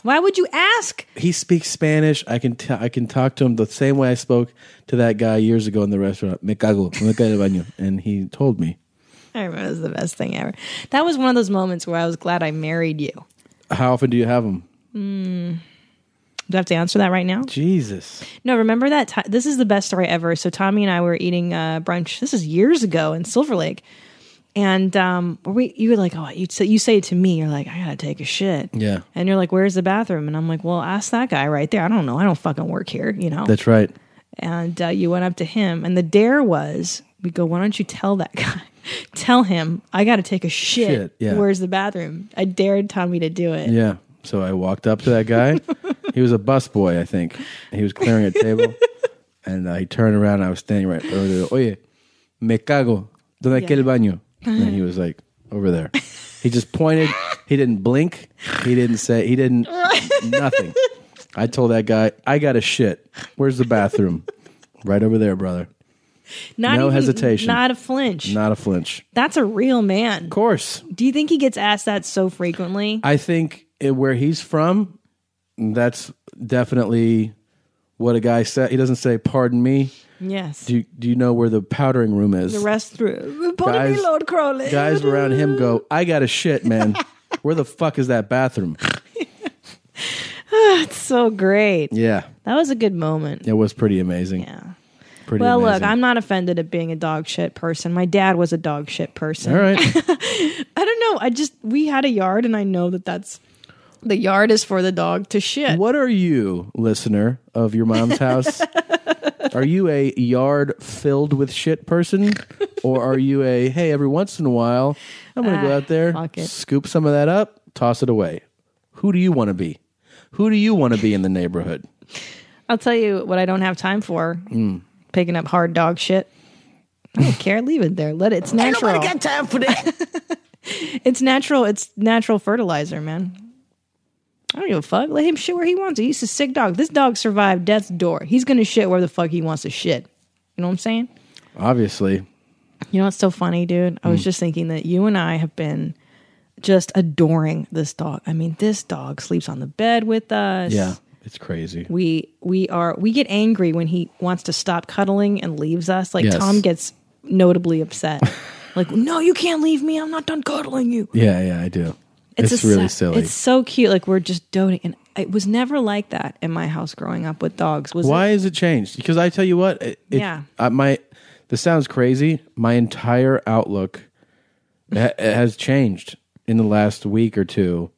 Speaker 2: Why would you ask?
Speaker 1: he speaks Spanish. I can t- I can talk to him the same way I spoke to that guy years ago in the restaurant. Me cago, me cago en el baño, and he told me
Speaker 2: I remember it was the best thing ever. That was one of those moments where I was glad I married you.
Speaker 1: how often do you have them?
Speaker 2: Mm. Do I have to answer that right now?
Speaker 1: Jesus,
Speaker 2: No, remember that? ti this is the best story ever. So Tommy and I were eating uh, brunch. This is years ago in Silver Lake, and um, were we you were like, oh, you say you say it to me. You're like, I gotta take a shit,
Speaker 1: yeah,
Speaker 2: and you're like, where's the bathroom? And I'm like, well, ask that guy right there. I don't know. I don't fucking work here, you know.
Speaker 1: that's right.
Speaker 2: And uh, you went up to him, and the dare was, we go, why don't you tell that guy? tell him I gotta take a shit.
Speaker 1: Shit, yeah.
Speaker 2: Where's the bathroom? I dared Tommy to do it.
Speaker 1: Yeah. So I walked up to that guy. he was a busboy, I think. He was clearing a table, and I turned around. and I was standing right over there. Oye, me cago. ¿Dónde
Speaker 2: Yeah.
Speaker 1: yeah. el baño? And he was like, over there. He just pointed. He didn't blink. He didn't say. He didn't nothing. I told that guy, I got a shit. Where's the bathroom? right over there, brother.
Speaker 2: Not
Speaker 1: no
Speaker 2: even-
Speaker 1: hesitation.
Speaker 2: Not a flinch.
Speaker 1: Not a flinch.
Speaker 2: That's a real man. Of
Speaker 1: course.
Speaker 2: Do you think he gets asked that so frequently?
Speaker 1: I think it, where he's from, that's definitely what a guy said. He doesn't say "Pardon me."
Speaker 2: Yes.
Speaker 1: Do you, Do you know where the powdering room is?
Speaker 2: The restroom. Pardon me,
Speaker 1: Guys-
Speaker 2: Lord Crowley.
Speaker 1: Guys around him go, "I got a shit, man. where the fuck is that bathroom?"
Speaker 2: it's so great.
Speaker 1: Yeah,
Speaker 2: That was a good moment.
Speaker 1: it was pretty amazing.
Speaker 2: Yeah,
Speaker 1: pretty.
Speaker 2: well,
Speaker 1: amazing.
Speaker 2: look, I'm not offended at being a dog shit person. My dad was a dog shit person.
Speaker 1: All right.
Speaker 2: I don't know. I just, we had a yard and I know that that's, the yard is for the dog to shit.
Speaker 1: What are you, listener of your mom's house? are you a yard filled with shit person, or are you a hey? Every once in a while, I'm going to go
Speaker 2: Ah,
Speaker 1: out there,
Speaker 2: fuck it.
Speaker 1: scoop some of that up, toss it away. Who do you want to be? Who do you want to be in the neighborhood?
Speaker 2: I'll tell you what I don't have time for
Speaker 1: Mm.
Speaker 2: picking up hard dog shit. I don't care. Leave it there. Let it. It's natural.
Speaker 3: time for that.
Speaker 2: It's natural. It's natural fertilizer, man. I don't give a fuck. Let him shit where he wants to. He's a sick dog. This dog survived death's door. He's gonna shit where the fuck he wants to shit. You know what I'm saying?
Speaker 1: Obviously,
Speaker 2: You know what's so funny, dude? I was
Speaker 1: Mm.
Speaker 2: just thinking that you and I have been just adoring this dog. I mean, this dog sleeps on the bed with us.
Speaker 1: yeah, it's crazy.
Speaker 2: We we are we get angry when he wants to stop cuddling and leaves us. Like
Speaker 1: Yes.
Speaker 2: Tom gets notably upset. like, no, you can't leave me. I'm not done cuddling you.
Speaker 1: Yeah, yeah, I do. It's,
Speaker 2: a
Speaker 1: really
Speaker 2: sa-
Speaker 1: silly.
Speaker 2: It's so cute. Like we're just doting, and it was never like that in my house growing up with dogs. Was
Speaker 1: Why
Speaker 2: It?
Speaker 1: is it changed? Because I tell you what, it, it-
Speaker 2: Yeah.
Speaker 1: I, my this sounds crazy. My entire outlook ha- has changed in the last week or two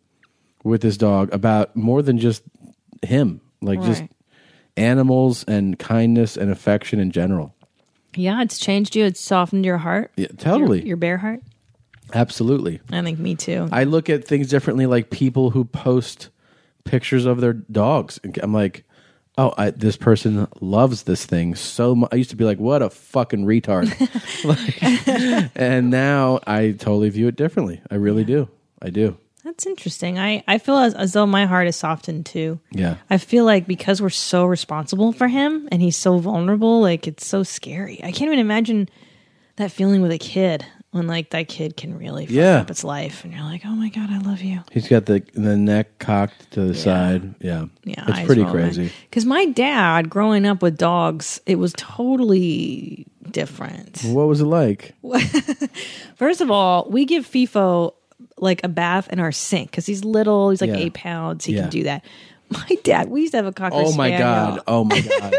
Speaker 1: with this dog about more than just him, like just
Speaker 2: Right.
Speaker 1: animals and kindness and affection in general.
Speaker 2: Yeah, it's changed you. It's softened your heart.
Speaker 1: Yeah, totally.
Speaker 2: Your, your bear heart.
Speaker 1: Absolutely.
Speaker 2: I think me too.
Speaker 1: I look at things differently, like people who post pictures of their dogs. I'm like, oh, I, this person loves this thing so much. I used to be like, what a fucking retard. like, and now I totally view it differently. I really do. I do.
Speaker 2: That's interesting. I, I feel as, as though my heart is softened too.
Speaker 1: Yeah.
Speaker 2: I feel like because we're so responsible for him and he's so vulnerable, like it's so scary. I can't even imagine that feeling with a kid when like that kid can really fuck
Speaker 1: Yeah.
Speaker 2: up its life and you're like, oh my God, I love you.
Speaker 1: He's got the the neck cocked to the side. Yeah.
Speaker 2: Yeah,
Speaker 1: It's
Speaker 2: eyes
Speaker 1: pretty
Speaker 2: rolling.
Speaker 1: crazy.
Speaker 2: Because my dad, growing up with dogs, it was totally different.
Speaker 1: What was it like?
Speaker 2: First of all, we give FIFO like a bath in our sink because he's little. He's like
Speaker 1: Yeah.
Speaker 2: eight pounds. He
Speaker 1: Yeah.
Speaker 2: can do that. My dad, we used to have a cocker
Speaker 1: Oh my
Speaker 2: spaniel.
Speaker 1: god. Oh my god.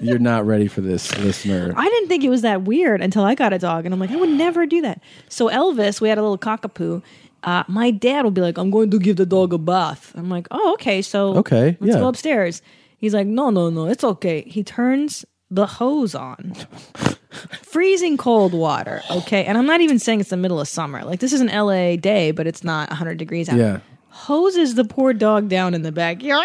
Speaker 1: You're not ready for this, listener.
Speaker 2: I didn't think it was that weird until I got a dog, and I'm like, I would never do that. So Elvis, we had a little cockapoo. Uh, my dad will be like, I'm going to give the dog a bath. I'm like, oh, okay, so
Speaker 1: Okay,
Speaker 2: let's
Speaker 1: yeah.
Speaker 2: go upstairs. He's like, no, no, no, it's okay. He turns the hose on, freezing cold water. Okay, and I'm not even saying it's the middle of summer. Like this is an LA day, but it's not 100 degrees out
Speaker 14: Yeah.
Speaker 2: hoses the poor dog down in the backyard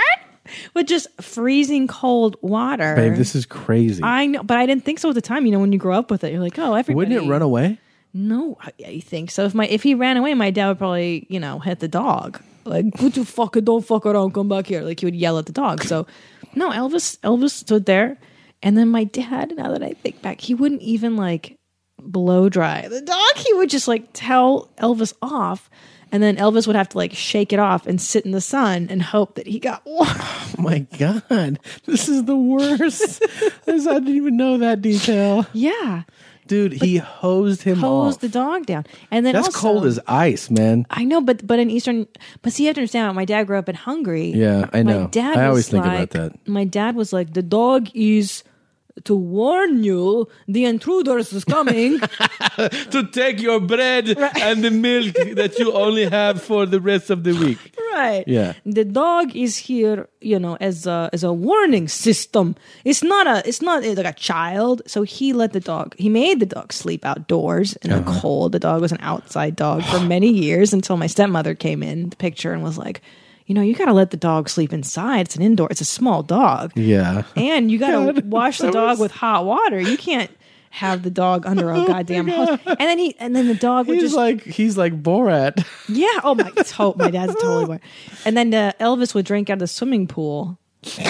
Speaker 2: with just freezing cold water.
Speaker 1: Babe, this is crazy.
Speaker 2: I know, but I didn't think so at the time. You know, when you grow up with it, you're like, oh, everybody.
Speaker 1: Wouldn't it run away?
Speaker 2: No, I, I think so. If my if he ran away, my dad would probably you know hit the dog. Like, what the fuck? Don't fuck around. Come back here. Like he would yell at the dog. So, no, Elvis Elvis stood there, and then my dad. Now that I think back, he wouldn't even like blow dry the dog. He would just like tell Elvis off. And then Elvis would have to like shake it off and sit in the sun and hope that he got warm.
Speaker 1: Oh my god. This is the worst. This- I didn't even know that detail.
Speaker 2: Yeah.
Speaker 1: Dude, he hosed him
Speaker 2: Hose
Speaker 1: off.
Speaker 2: the dog down. And then
Speaker 1: That's
Speaker 2: also-
Speaker 1: cold as ice, man.
Speaker 2: I know, but but in Eastern, but see, you have to understand. My dad grew up in Hungary.
Speaker 1: Yeah, I know.
Speaker 2: My dad
Speaker 1: I always
Speaker 2: was
Speaker 1: think about
Speaker 2: like-
Speaker 1: that.
Speaker 2: My dad was like, "The dog is to warn you, the intruders is coming."
Speaker 13: to take your bread and the milk that you only have for the rest of the week.
Speaker 2: right?
Speaker 13: Yeah.
Speaker 2: The dog is here, you know, as a as a warning system. It's not a it's not like a child. So he let the dog. He made the dog sleep outdoors in
Speaker 1: Uh-huh.
Speaker 2: the cold. The dog was an outside dog for many years until my stepmother came in the picture and was like. You know, you gotta let the dog sleep inside. It's an indoor. It's a small dog.
Speaker 1: Yeah.
Speaker 2: And you got to
Speaker 1: God,
Speaker 2: wash the
Speaker 1: that
Speaker 2: dog
Speaker 1: was- Oh
Speaker 2: with hot water. You can't have the dog under a goddamn hose. And then he and then the dog would
Speaker 1: He's
Speaker 2: just
Speaker 1: like he's like Borat.
Speaker 2: yeah. Oh my, it's hope my dad's totally born. And then uh, Elvis would drink out of the swimming pool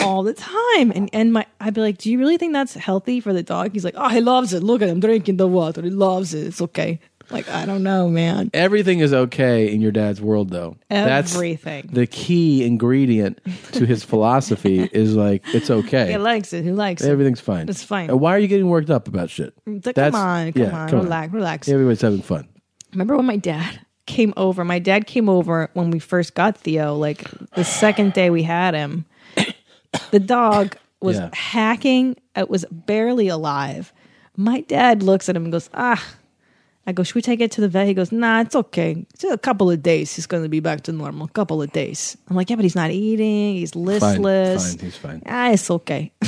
Speaker 2: all the time. And and my I'd be like, do you really think that's healthy for the dog? He's like, oh, he loves it. Look at him drinking the water. He loves it. It's okay. Like I don't know, man.
Speaker 1: Everything is okay in your dad's world, though.
Speaker 2: Everything.
Speaker 1: That's the key ingredient to his philosophy is like it's okay.
Speaker 2: He likes it. He likes it.
Speaker 1: Everything's fine.
Speaker 2: It's fine.
Speaker 1: And why are you getting worked up about shit?
Speaker 2: Mm, th- come on, come on, relax, relax.
Speaker 1: Everybody's having fun.
Speaker 2: Remember when my dad came over? My dad came over when we first got Theo, like the second day we had him. The dog was
Speaker 14: Yeah.
Speaker 2: hacking, it was barely alive. My dad looks at him and goes, Ah. I go, Should we take it to the vet? He goes, Nah, it's okay. Just a couple of days. He's going to be back to normal. A couple of days. I'm like, Yeah, but he's not eating. He's listless.
Speaker 1: Fine, he's fine.
Speaker 2: Ah, it's okay.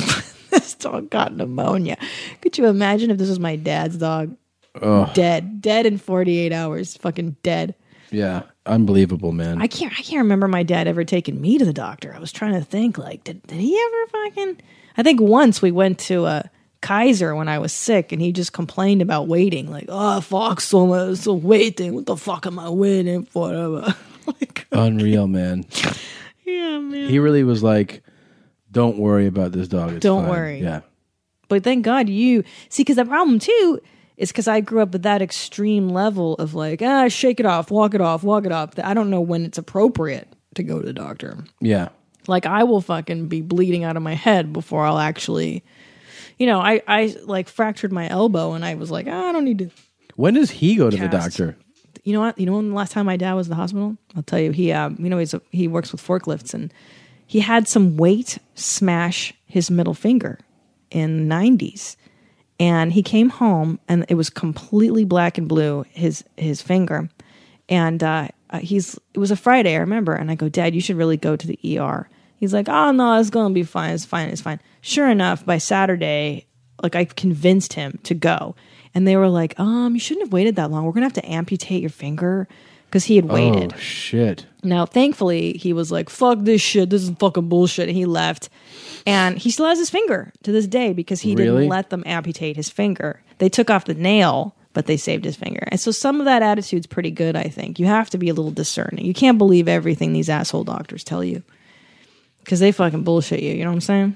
Speaker 2: this dog got pneumonia. Could you imagine if this was my dad's dog?
Speaker 1: Ugh.
Speaker 2: Dead. Dead in 48 hours. Fucking dead.
Speaker 1: Yeah, unbelievable, man.
Speaker 2: I can't I can't remember my dad ever taking me to the doctor. I was trying to think like did, did he ever fucking I think once we went to uh Kaiser when I was sick and he just complained about waiting like oh fuck so much so waiting what the fuck am I waiting for
Speaker 1: Unreal, man.
Speaker 2: yeah man
Speaker 1: He really was like, "Don't worry about this dog. It's
Speaker 2: Don't
Speaker 1: fine."
Speaker 2: worry.
Speaker 1: Yeah,
Speaker 2: But thank God you see, because the problem too is because I grew up with that extreme level of like, ah, shake it off, walk it off, walk it off. That I don't know when it's appropriate to go to the doctor.
Speaker 1: yeah.
Speaker 2: Like I will fucking be bleeding out of my head before I'll actually, you know, I I like fractured my elbow and I was like, ah, I don't need to.
Speaker 1: When does he go to the
Speaker 2: Cast.
Speaker 1: doctor?
Speaker 2: You know what? You know when the last time my dad was in the hospital? I'll tell you. He um, you know, he's a, he works with forklifts and he had some weight smash his middle finger in the 90s and he came home and it was completely black and blue his his finger and uh, uh, he's it was a friday i remember and i go dad you should really go to the er he's like oh no it's gonna be fine it's fine it's fine sure enough by saturday like i convinced him to go and they were like um you shouldn't have waited that long we're gonna have to amputate your finger because he had waited
Speaker 1: Oh shit!
Speaker 2: now, thankfully, he was like, fuck this shit. This is fucking bullshit. And he left. And he still has his finger to this day because he
Speaker 1: Really?
Speaker 2: didn't let them amputate his finger. They took off the nail, but they saved his finger. And so some of that attitude's pretty good, I think. You have to be a little discerning. You can't believe everything these asshole doctors tell you because they fucking bullshit you. You know what I'm saying?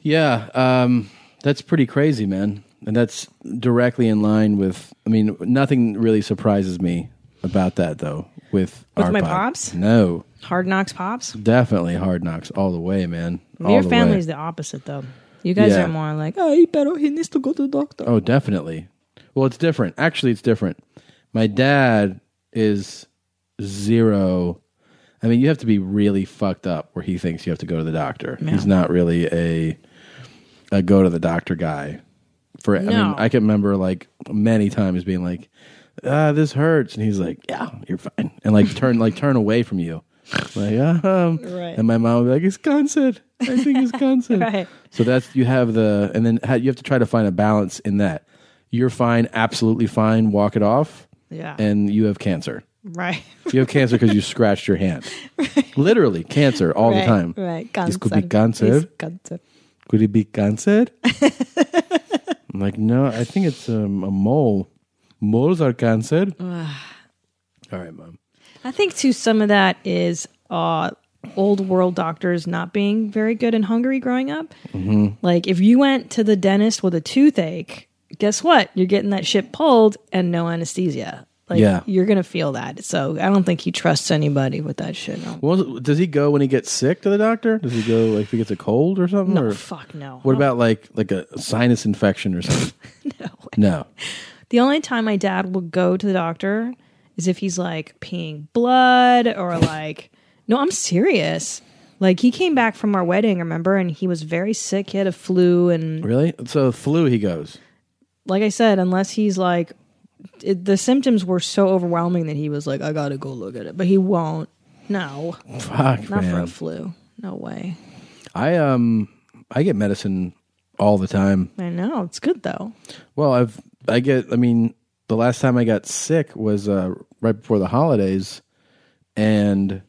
Speaker 1: Yeah, um, that's pretty crazy, man. And that's directly in line with. I mean, nothing really surprises me about that, though. With
Speaker 2: With
Speaker 1: our
Speaker 2: my
Speaker 1: pod-
Speaker 2: pops?
Speaker 1: no,
Speaker 2: Hard knocks pops.
Speaker 1: definitely hard knocks all the way, man. All
Speaker 2: Your
Speaker 1: the
Speaker 2: family's
Speaker 1: way.
Speaker 2: the opposite, though. You guys
Speaker 1: Yeah.
Speaker 2: are more like, oh, he better, he needs to go to the doctor.
Speaker 1: Oh, definitely. Well, it's different. Actually, it's different. My dad is zero. I mean, you have to be really fucked up where he thinks you have to go to the doctor.
Speaker 2: Yeah.
Speaker 1: He's not really a a go to the doctor guy. For I mean,
Speaker 2: No.
Speaker 1: I can remember like many times being like, "Ah, this hurts," and he's like, "Yeah, you're fine," and like turn like turn away from you, like, um,
Speaker 13: Right.
Speaker 1: and my mom would be like, "It's concert." I think it's concert.
Speaker 13: right.
Speaker 1: So that's you have the and then ha- you have to try to find a balance in that. You're fine, absolutely fine. Walk it off.
Speaker 2: Yeah.
Speaker 1: And you have cancer.
Speaker 2: Right.
Speaker 1: You have cancer because you scratched your hand. Literally, cancer all the
Speaker 2: Right,
Speaker 1: time.
Speaker 2: Right.
Speaker 1: This could be cancer.
Speaker 2: It's cancer.
Speaker 1: Could it be cancer? I'm like, no, I think it's um, a mole. Moles are cancer.
Speaker 2: Ugh.
Speaker 1: All right, mom.
Speaker 2: I think too some of that is uh old world doctors not being very good in Hungary growing up.
Speaker 13: Mm-hmm.
Speaker 2: Like if you went to the dentist with a toothache, guess what? You're getting that shit pulled and no anesthesia. Like
Speaker 1: Yeah.
Speaker 2: you're gonna feel that. So I don't think he trusts anybody with that shit. No.
Speaker 1: Well, does he go when he gets sick to the doctor? Does he go like if he gets a cold or something?
Speaker 2: No,
Speaker 1: or?
Speaker 2: fuck no.
Speaker 1: What about like like a sinus infection or something? no. No.
Speaker 2: The only time my dad will go to the doctor is if he's like peeing blood or like, no, I'm serious. Like he came back from our wedding, remember, and he was very sick. He had a flu, and
Speaker 1: Really? So flu he goes.
Speaker 2: like I said, unless he's like, it, the symptoms were so overwhelming that he was like, I gotta go look at it, but he won't. No,
Speaker 1: Fuck,
Speaker 2: not for
Speaker 1: man.
Speaker 2: a flu. No way.
Speaker 1: I um I get medicine all the time.
Speaker 2: I know it's good though.
Speaker 1: Well, I've I get I mean the last time I got sick was uh right before the holidays and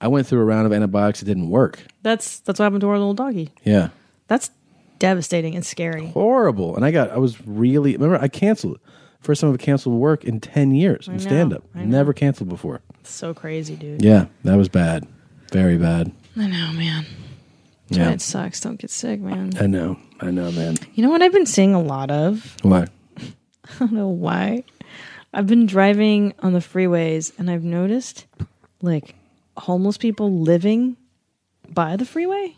Speaker 1: I went through a round of antibiotics that didn't work.
Speaker 2: That's that's what happened to our little doggy.
Speaker 1: Yeah.
Speaker 2: That's devastating and scary.
Speaker 1: Horrible. And I got I was really remember I canceled first time I've canceled work in 10 years
Speaker 2: I
Speaker 1: in
Speaker 2: know,
Speaker 1: stand up.
Speaker 2: I know.
Speaker 1: Never canceled before.
Speaker 2: It's so crazy, dude.
Speaker 1: Yeah, that was bad. Very bad.
Speaker 2: I know, man.
Speaker 1: Yeah.
Speaker 2: It sucks. Don't get sick, man.
Speaker 1: I know. I know, man.
Speaker 2: You know what I've been seeing a lot of?
Speaker 1: Why?
Speaker 2: I don't know why. I've been driving on the freeways and I've noticed like homeless people living by the freeway.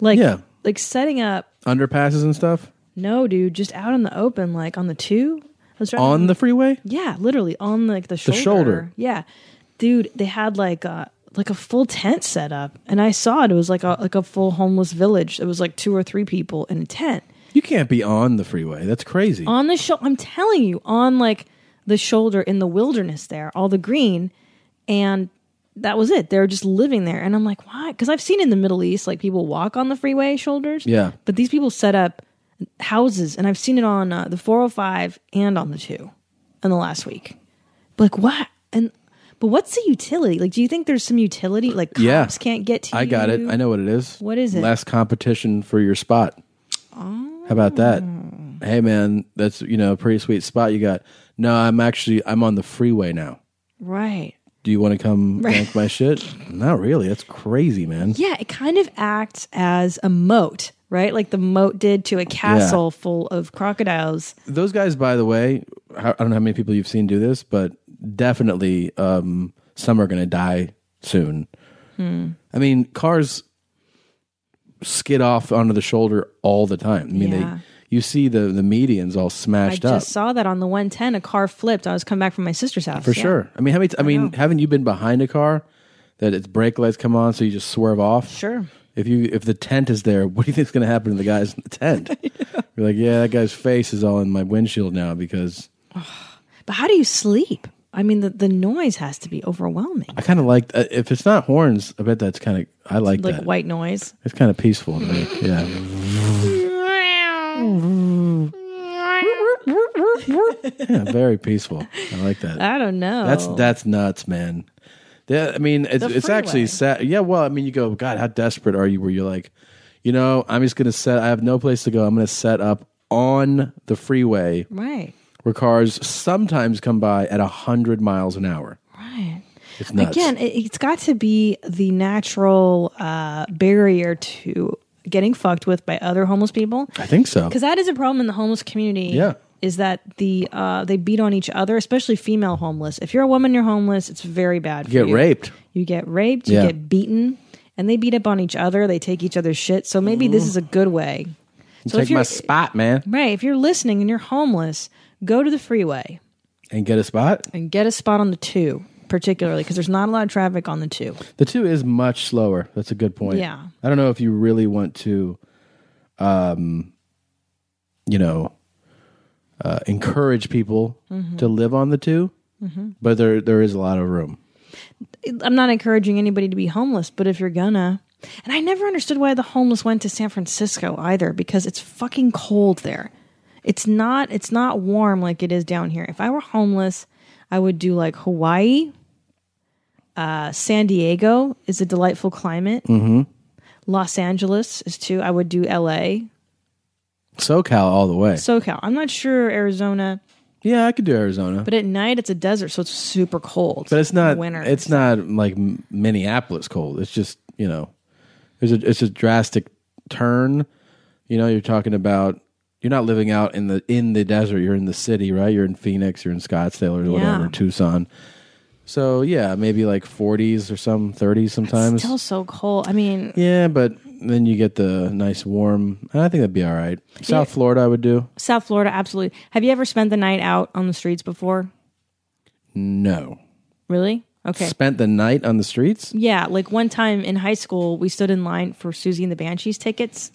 Speaker 2: Like
Speaker 1: Mm, yeah.
Speaker 2: like setting up
Speaker 1: Underpasses and stuff
Speaker 2: no dude, just out in the open, like on the two. I was driving
Speaker 1: on the freeway?
Speaker 2: Yeah, literally on like the shoulder.
Speaker 1: shoulder.
Speaker 2: Yeah. Dude, they had like a like a full tent set up and I saw it. It was like a like a full homeless village. It was like two or three people in a tent.
Speaker 1: You can't be on the freeway. That's crazy.
Speaker 2: on the shoulder. I'm telling you, on like the shoulder in the wilderness there, all the green, and that was it. they were just living there, and I'm like, why? Because I've seen in the Middle East like people walk on the freeway shoulders,
Speaker 13: Yeah.
Speaker 2: But these people set up houses, and I've seen it on uh, the 405 and on the two in the last week. Like what? And but what's the utility? Like, do you think there's some utility? Like cops
Speaker 1: Yeah.
Speaker 2: can't get to.
Speaker 1: I got it.
Speaker 2: you?
Speaker 1: I know what it is.
Speaker 2: What is it?
Speaker 1: Less competition for your spot. How about that?
Speaker 2: Oh.
Speaker 1: Hey man, that's you know a pretty sweet spot you got. No, I'm actually I'm on the freeway now.
Speaker 2: Right.
Speaker 1: Do you want to come
Speaker 2: Right.
Speaker 1: yank my shit? Not really. That's crazy, man.
Speaker 2: Yeah, it kind of acts as a moat, right? Like the moat did to a castle full of crocodiles.
Speaker 1: Those guys, by the way, I I don't know how many people you've seen do this, but definitely um, some are going to die soon.
Speaker 13: Hmm.
Speaker 1: I mean, cars skid off onto the shoulder all the time. I mean,
Speaker 2: Yeah.
Speaker 1: they you see the the medians all
Speaker 2: I
Speaker 1: smashed
Speaker 2: just
Speaker 1: up
Speaker 2: saw that on the 110. A car flipped. I was coming back from my sister's house.
Speaker 1: for
Speaker 2: Yeah.
Speaker 1: sure. I mean, how many? T- I mean, haven't you been behind a car that its brake lights come on, so you just swerve off?
Speaker 2: Sure.
Speaker 1: If you if the tent is there, what do you think's going to happen to the guys in the tent? You're like, yeah, that guy's face is all in my windshield now because
Speaker 2: But how do you sleep? I mean, the, the noise has to be overwhelming.
Speaker 1: I kind of like uh, if it's not horns. I bet that's kind of I like,
Speaker 2: Like
Speaker 1: that.
Speaker 2: white noise.
Speaker 1: It's kind of peaceful to me. Yeah. yeah, very peaceful. I like that.
Speaker 2: I don't know.
Speaker 1: That's that's nuts, man. Yeah, I mean, it's,
Speaker 2: Oh. The
Speaker 1: it's actually
Speaker 2: freeway.
Speaker 1: sad. Yeah, well, I mean, you go, God, how desperate are you? Where you're like, you know, I'm just gonna set. I have no place to go. I'm gonna set up on the freeway
Speaker 2: Right.
Speaker 1: where cars sometimes come by at 100 miles an hour.
Speaker 2: Right.
Speaker 1: It's nuts.
Speaker 2: Again, it, it's got to be the natural uh, barrier to getting fucked with by other homeless people.
Speaker 1: I think so.
Speaker 2: Because that is a problem in the homeless community.
Speaker 1: Yeah.
Speaker 2: Is that the uh, they beat on each other, especially female homeless. If you're a woman, you're homeless. It's very bad.
Speaker 1: You
Speaker 2: for
Speaker 1: get
Speaker 2: you.
Speaker 1: raped.
Speaker 2: You get raped. You
Speaker 1: Yeah.
Speaker 2: get beaten, and they beat up on each other. They take each other's shit. So maybe this is a good way.
Speaker 1: You
Speaker 2: So if
Speaker 1: take my
Speaker 2: you're
Speaker 1: spot, man,
Speaker 2: right, if you're listening and you're homeless, go to the freeway
Speaker 1: and get a spot.
Speaker 2: and get a spot on the two, particularly because there's not a lot of traffic on the two.
Speaker 1: The two is much slower. That's a good point.
Speaker 2: Yeah.
Speaker 1: I don't know if you really want to, um, you know, uh, encourage people
Speaker 2: Mhm.
Speaker 1: to live on the 2
Speaker 2: Mhm.
Speaker 1: but there there is a lot of room.
Speaker 2: I'm not encouraging anybody to be homeless, but if you're gonna, and I never understood why the homeless went to San Francisco either because it's fucking cold there. It's not it's not warm like it is down here. If I were homeless, I would do like Hawaii. Uh, San Diego is a delightful climate.
Speaker 1: Mm-hmm.
Speaker 2: Los Angeles is too. I would do L.A.
Speaker 1: SoCal all the way.
Speaker 2: SoCal. I'm not sure Arizona,
Speaker 1: yeah, I could do Arizona,
Speaker 2: but at night it's a desert, so it's super cold.
Speaker 1: But it's not
Speaker 2: winter.
Speaker 1: It's not like M- Minneapolis cold. It's just you know, there's a it's a drastic turn. You know, you're talking about you're not living out in the in the desert. You're in the city, right? You're in Phoenix. You're in Scottsdale or whatever,
Speaker 2: Yeah.
Speaker 1: Tucson. So yeah, maybe like 40s or some 30s sometimes.
Speaker 2: still so cold. I mean,
Speaker 1: yeah, but then you get the nice warm. I think that'd be all right. South Florida, I would do.
Speaker 2: South Florida, absolutely. Have you ever spent the night out on the streets before?
Speaker 1: No,
Speaker 2: Really? Okay.
Speaker 1: spent the night on the streets.
Speaker 2: yeah, like one time in high school, we stood in line for Susie and the Banshees tickets,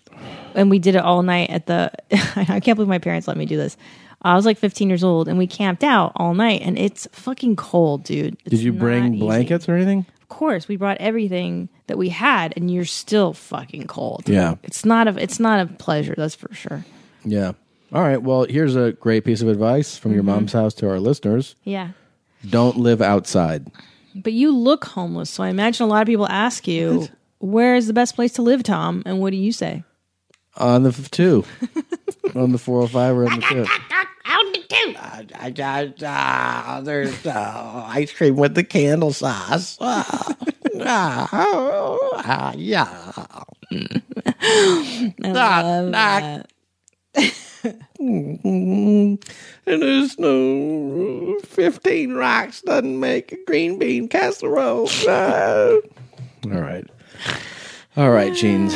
Speaker 2: and we did it all night at the. I can't believe my parents let me do this. I was like 15 years old, and we camped out all night, and it's fucking cold, dude. It's
Speaker 1: Did you
Speaker 2: not
Speaker 1: bring
Speaker 2: easy.
Speaker 1: blankets or anything?
Speaker 2: Of course, we brought everything that we had, and you're still fucking cold.
Speaker 1: Yeah.
Speaker 2: it's not a it's not a pleasure, that's for sure.
Speaker 1: Yeah. All right. Well, here's a great piece of advice from your
Speaker 2: Mhm.
Speaker 1: mom's house to our listeners.
Speaker 2: Yeah,
Speaker 1: Don't live outside.
Speaker 2: But you look homeless, so I imagine a lot of people ask you, "Where is the best place to live, Tom?" And what do you say?
Speaker 1: On the f- two. on the 405 or on the two.
Speaker 14: On the two.
Speaker 15: I, I, ah, there's uh, ice cream with the candle sauce. Ah, ah, ah, yeah.
Speaker 14: Knock, knock.
Speaker 1: Mm-hmm.
Speaker 13: and there's no 15 rocks doesn't make a green bean casserole. No.
Speaker 1: Ah. All right. All right, jeans.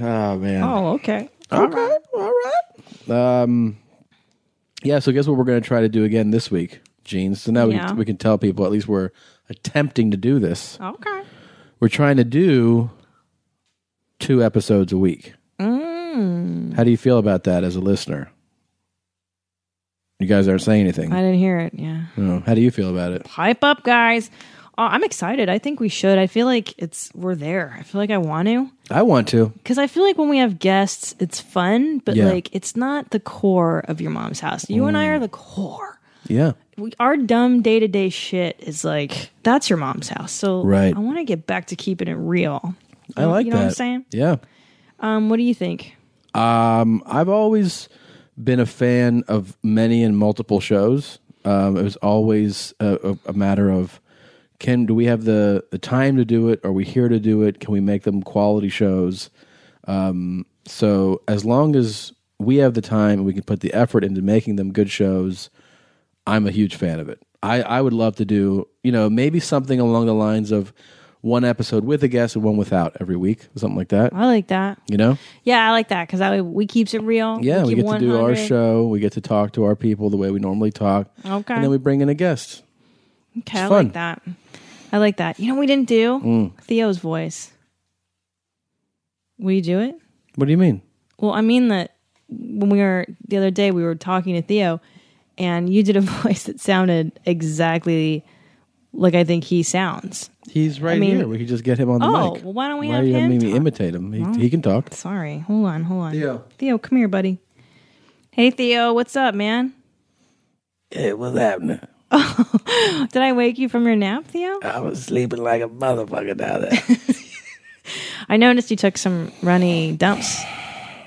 Speaker 1: Oh man.
Speaker 2: Oh, okay.
Speaker 1: Okay. All right. Um. Yeah. So guess what we're going to try to do again this week, jeans. So now we
Speaker 2: Yeah.
Speaker 1: can, we can tell people at least we're attempting to do this.
Speaker 2: Okay.
Speaker 1: We're trying to do two episodes a week.
Speaker 2: Mm.
Speaker 1: How do you feel about that as a listener? You guys aren't saying anything.
Speaker 2: I didn't hear it. Yeah.
Speaker 1: Oh, how do you feel about it?
Speaker 2: Hype up, guys. Uh, I'm excited. I think we should. I feel like it's we're there. I feel like I want to
Speaker 1: I want to.
Speaker 2: because I feel like when we have guests, it's fun, but
Speaker 1: Yeah.
Speaker 2: like it's not the core of your mom's house. You and I are the core.
Speaker 1: Yeah.
Speaker 2: We, our dumb day to day shit is like that's your mom's house. So
Speaker 1: Right.
Speaker 2: I want to get back to keeping it real.
Speaker 1: I like
Speaker 2: you know
Speaker 1: that.
Speaker 2: what I'm saying.
Speaker 1: Yeah.
Speaker 2: Um, what do you think?
Speaker 1: Um, I've always been a fan of many and multiple shows. Um, it was always a, a, a matter of can do we have the the time to do it? Are we here to do it? Can we make them quality shows? Um, so as long as we have the time and we can put the effort into making them good shows, I'm a huge fan of it. I, I would love to do, you know, maybe something along the lines of one episode with a guest and one without every week, something like that.
Speaker 2: I like that.
Speaker 1: You know?
Speaker 2: Yeah, I like that because that way we keeps it real.
Speaker 1: Yeah, we
Speaker 2: keep
Speaker 1: get to do our
Speaker 2: 100.
Speaker 1: show. We get to talk to our people the way we normally talk.
Speaker 2: Okay.
Speaker 1: And then we bring in a guest.
Speaker 2: Okay, I
Speaker 1: fun.
Speaker 2: like that. I like that. You know, what we didn't do
Speaker 1: Mm.
Speaker 2: Theo's voice. Will you do it?
Speaker 1: What do you mean?
Speaker 2: Well, I mean that when we were the other day, we were talking to Theo, and you did a voice that sounded exactly like I think he sounds.
Speaker 1: He's right
Speaker 2: mean-
Speaker 1: here. We could just get him on the
Speaker 2: Oh,
Speaker 1: mic.
Speaker 2: well, why don't we
Speaker 1: why
Speaker 2: have
Speaker 1: are you having
Speaker 2: him
Speaker 1: me imitate him? He,
Speaker 2: Well,
Speaker 1: he can talk.
Speaker 2: Sorry, hold on, hold on.
Speaker 1: Theo.
Speaker 2: Theo, come here, buddy. Hey, Theo, what's up, man?
Speaker 16: Hey, what's happening?
Speaker 2: Did I wake you from your nap, Theo?
Speaker 16: I was sleeping like a motherfucker down there.
Speaker 2: I noticed you took some runny dumps.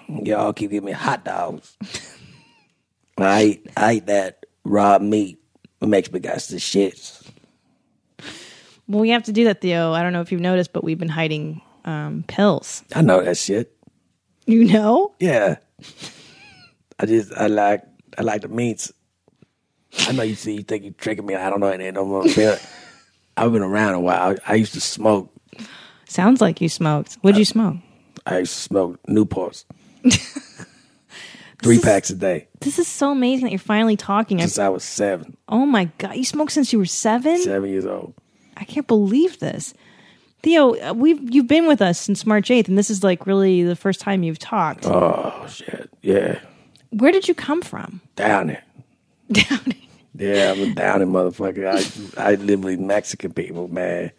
Speaker 16: Y'all keep giving me hot dogs. I eat, I eat that raw meat. It makes me got the shits.
Speaker 2: Well, we have to do that, Theo. I don't know if you've noticed, but we've been hiding um, pills.
Speaker 16: I know that shit.
Speaker 2: You know?
Speaker 16: Yeah. I just I like I like the meats. I know you see you think you tricking me. I don't know any no more. I've been around a while. I, I used to smoke.
Speaker 2: Sounds like you smoked. What'd you smoke?
Speaker 16: I used to smoke Newports. Three packs a day
Speaker 2: This is so amazing that you're finally talking. I-
Speaker 16: since I was seven,
Speaker 2: oh my God. You smoked since you were seven?
Speaker 16: seven years old.
Speaker 2: I can't believe this. Theo, uh, we've you've been with us since March 8th, and this is like really the first time you've talked.
Speaker 16: Oh shit! Yeah,
Speaker 2: Where did you come from?
Speaker 16: down it. Down it. Yeah, I'm a downing motherfucker. I I live with Mexican people, man.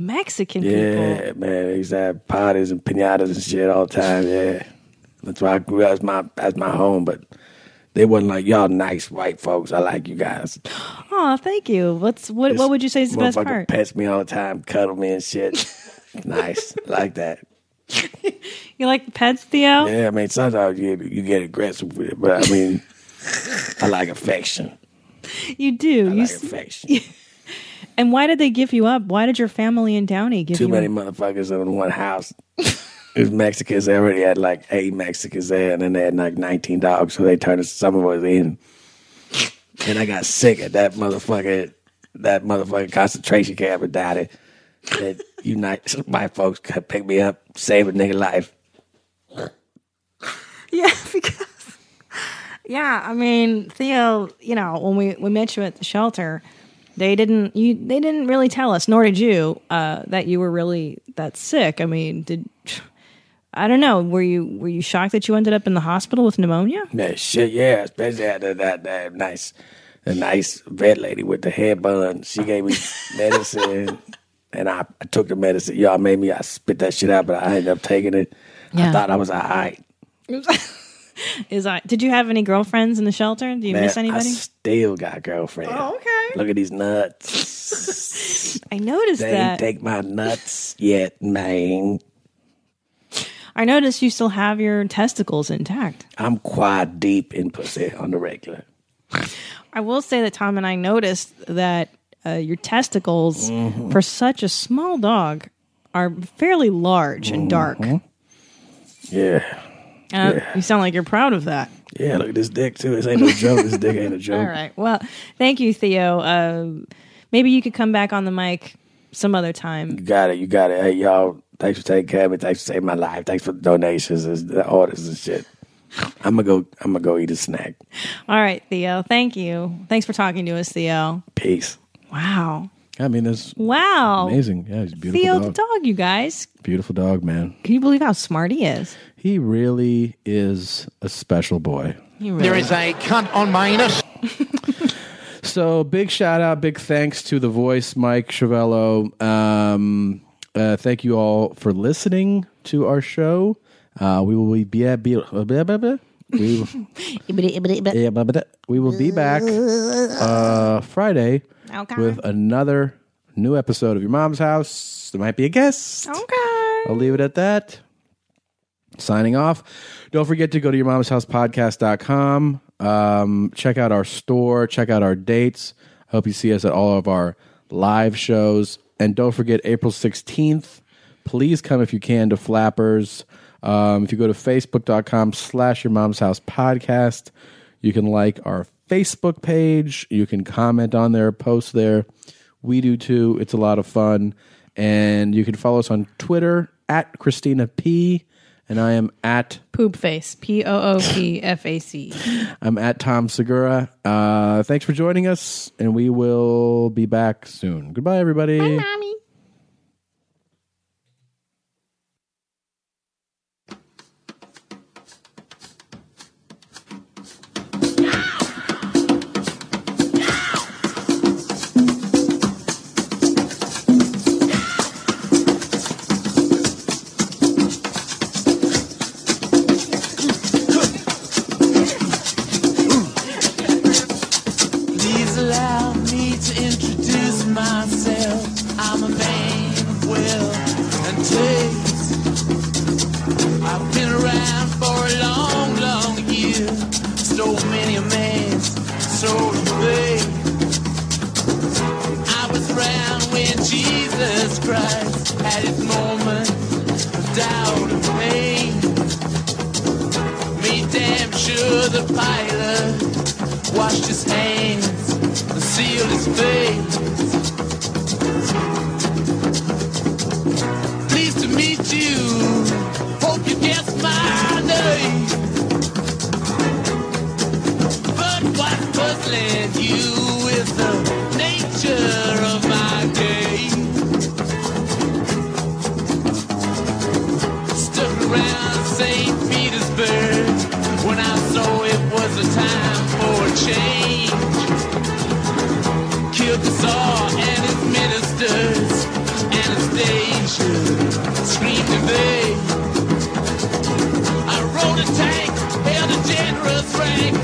Speaker 2: Mexican people.
Speaker 16: Yeah, man. They used to have parties and pinatas and shit all the time. Yeah, that's why I grew up. That's my that's my home. But they wasn't like y'all nice white folks. I like you guys.
Speaker 2: Oh, thank you. What's what? What would you say is the best
Speaker 16: Motherfucker
Speaker 2: part?
Speaker 16: Pets me all the time, cuddle me and shit. nice, like that.
Speaker 2: You like the pets, Theo?
Speaker 16: Yeah, I mean sometimes you you get aggressive with it, but I mean, I like affection.
Speaker 2: You do. you s- and why did they give you up? Why did your family in Downey give
Speaker 16: Too
Speaker 2: you
Speaker 16: many
Speaker 2: up?
Speaker 16: motherfuckers in one house. There's Mexicans. They already had like eight Mexicans there, and then they had like 19 dogs, so they turned us- some of us in. And I got sick at that motherfucker, that motherfucking concentration camp in Downey. That unite my folks could pick me up, save a nigga life.
Speaker 2: Yeah, because yeah, I mean Theo, you know, when we we met you at the shelter, they didn't you they didn't really tell us, nor did you, uh, that you were really that sick. I mean, did I don't know? Were you were you shocked that you ended up in the hospital with pneumonia?
Speaker 16: Man, shit, yeah, especially at that, that, that nice, the nice vet lady with the hair bun. She gave me medicine, and I, I took the medicine. Y'all made me. I spit that shit out, but I ended up taking it. I
Speaker 2: Yeah.
Speaker 16: thought I was all right.
Speaker 2: Is I did you have any girlfriends in the shelter? Do you
Speaker 16: Man,
Speaker 2: miss
Speaker 16: I
Speaker 2: anybody?
Speaker 16: still got a girlfriend.
Speaker 2: Oh, okay.
Speaker 16: Look at these nuts.
Speaker 2: I noticed
Speaker 16: they
Speaker 2: that.
Speaker 16: ain't take my nuts yet, man.
Speaker 2: I noticed you still have your testicles intact.
Speaker 16: I'm quite deep in pussy on the regular.
Speaker 2: I will say that Tom and I noticed that uh, your testicles,
Speaker 1: Mm-hmm.
Speaker 16: Mhm.
Speaker 2: for such a small dog, are fairly large and dark.
Speaker 1: Mm-hmm.
Speaker 16: Yeah,
Speaker 2: Uh,
Speaker 16: Yeah.
Speaker 2: You sound like you're proud of that.
Speaker 16: yeah. Look at this dick too. This ain't no joke. This dick ain't a joke.
Speaker 2: All right. Well, thank you, Theo. Uh, maybe you could come back on the mic some other time.
Speaker 16: You got it. You got it. Hey, y'all. Thanks for taking care of me. Thanks for saving my life. Thanks for the donations and the orders and shit. I'm gonna go. I'm gonna go eat a snack.
Speaker 2: All right, Theo. Thank you. Thanks for talking to us, Theo.
Speaker 16: Peace.
Speaker 2: Wow.
Speaker 1: I mean, that's
Speaker 2: Wow.
Speaker 1: amazing. Yeah, he's a beautiful
Speaker 2: Theo the
Speaker 1: dog.
Speaker 2: Oh, dog, you guys.
Speaker 1: Beautiful dog, man.
Speaker 2: Can you believe how smart he is?
Speaker 1: He really is a special boy.
Speaker 4: There is a cunt on Manus.
Speaker 1: So big shout out, big thanks to the voice, Mike Cervello. Um, uh, thank you all for listening to our show. Uh, we will be, be, be, blah, blah, blah, blah. We, yeah, blah, blah, blah. we will be back uh, Friday
Speaker 2: Okay.
Speaker 1: with another new episode of Your Mom's House. There might be a guest.
Speaker 2: Okay.
Speaker 1: I'll leave it at that. Signing off. Don't forget to go to your mom's house podcast.com. Um, check out our store, check out our dates. Hope you see us at all of our live shows. And don't forget April 16th. Please come if you can to Flappers. Um, if you go to facebook.com slash your mom's house podcast, you can like our Facebook page. You can comment on there, post there. We do too. It's a lot of fun. And you can follow us on Twitter at Christina P. And I am at
Speaker 2: Poop face. P O O P F A C. E.
Speaker 1: I'm at Tom Segura. Uh, thanks for joining us, and we will be back soon. Goodbye, everybody.
Speaker 2: mommy.
Speaker 17: Please allow me to introduce myself. I
Speaker 7: sure the pilot washed his hands and sealed his face. Pleased to meet you. Hope you guess my name. But what's puzzling you is the nature of my game. Stuck around St. Petersburg when I saw it was a time for a change. Killed the Tsar and his ministers. Anastasia screamed in vain. I rode a tank, held a generous rank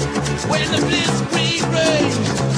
Speaker 7: when the blitzkrieg raged. Oh, Ah, Oh, Oh, Mm,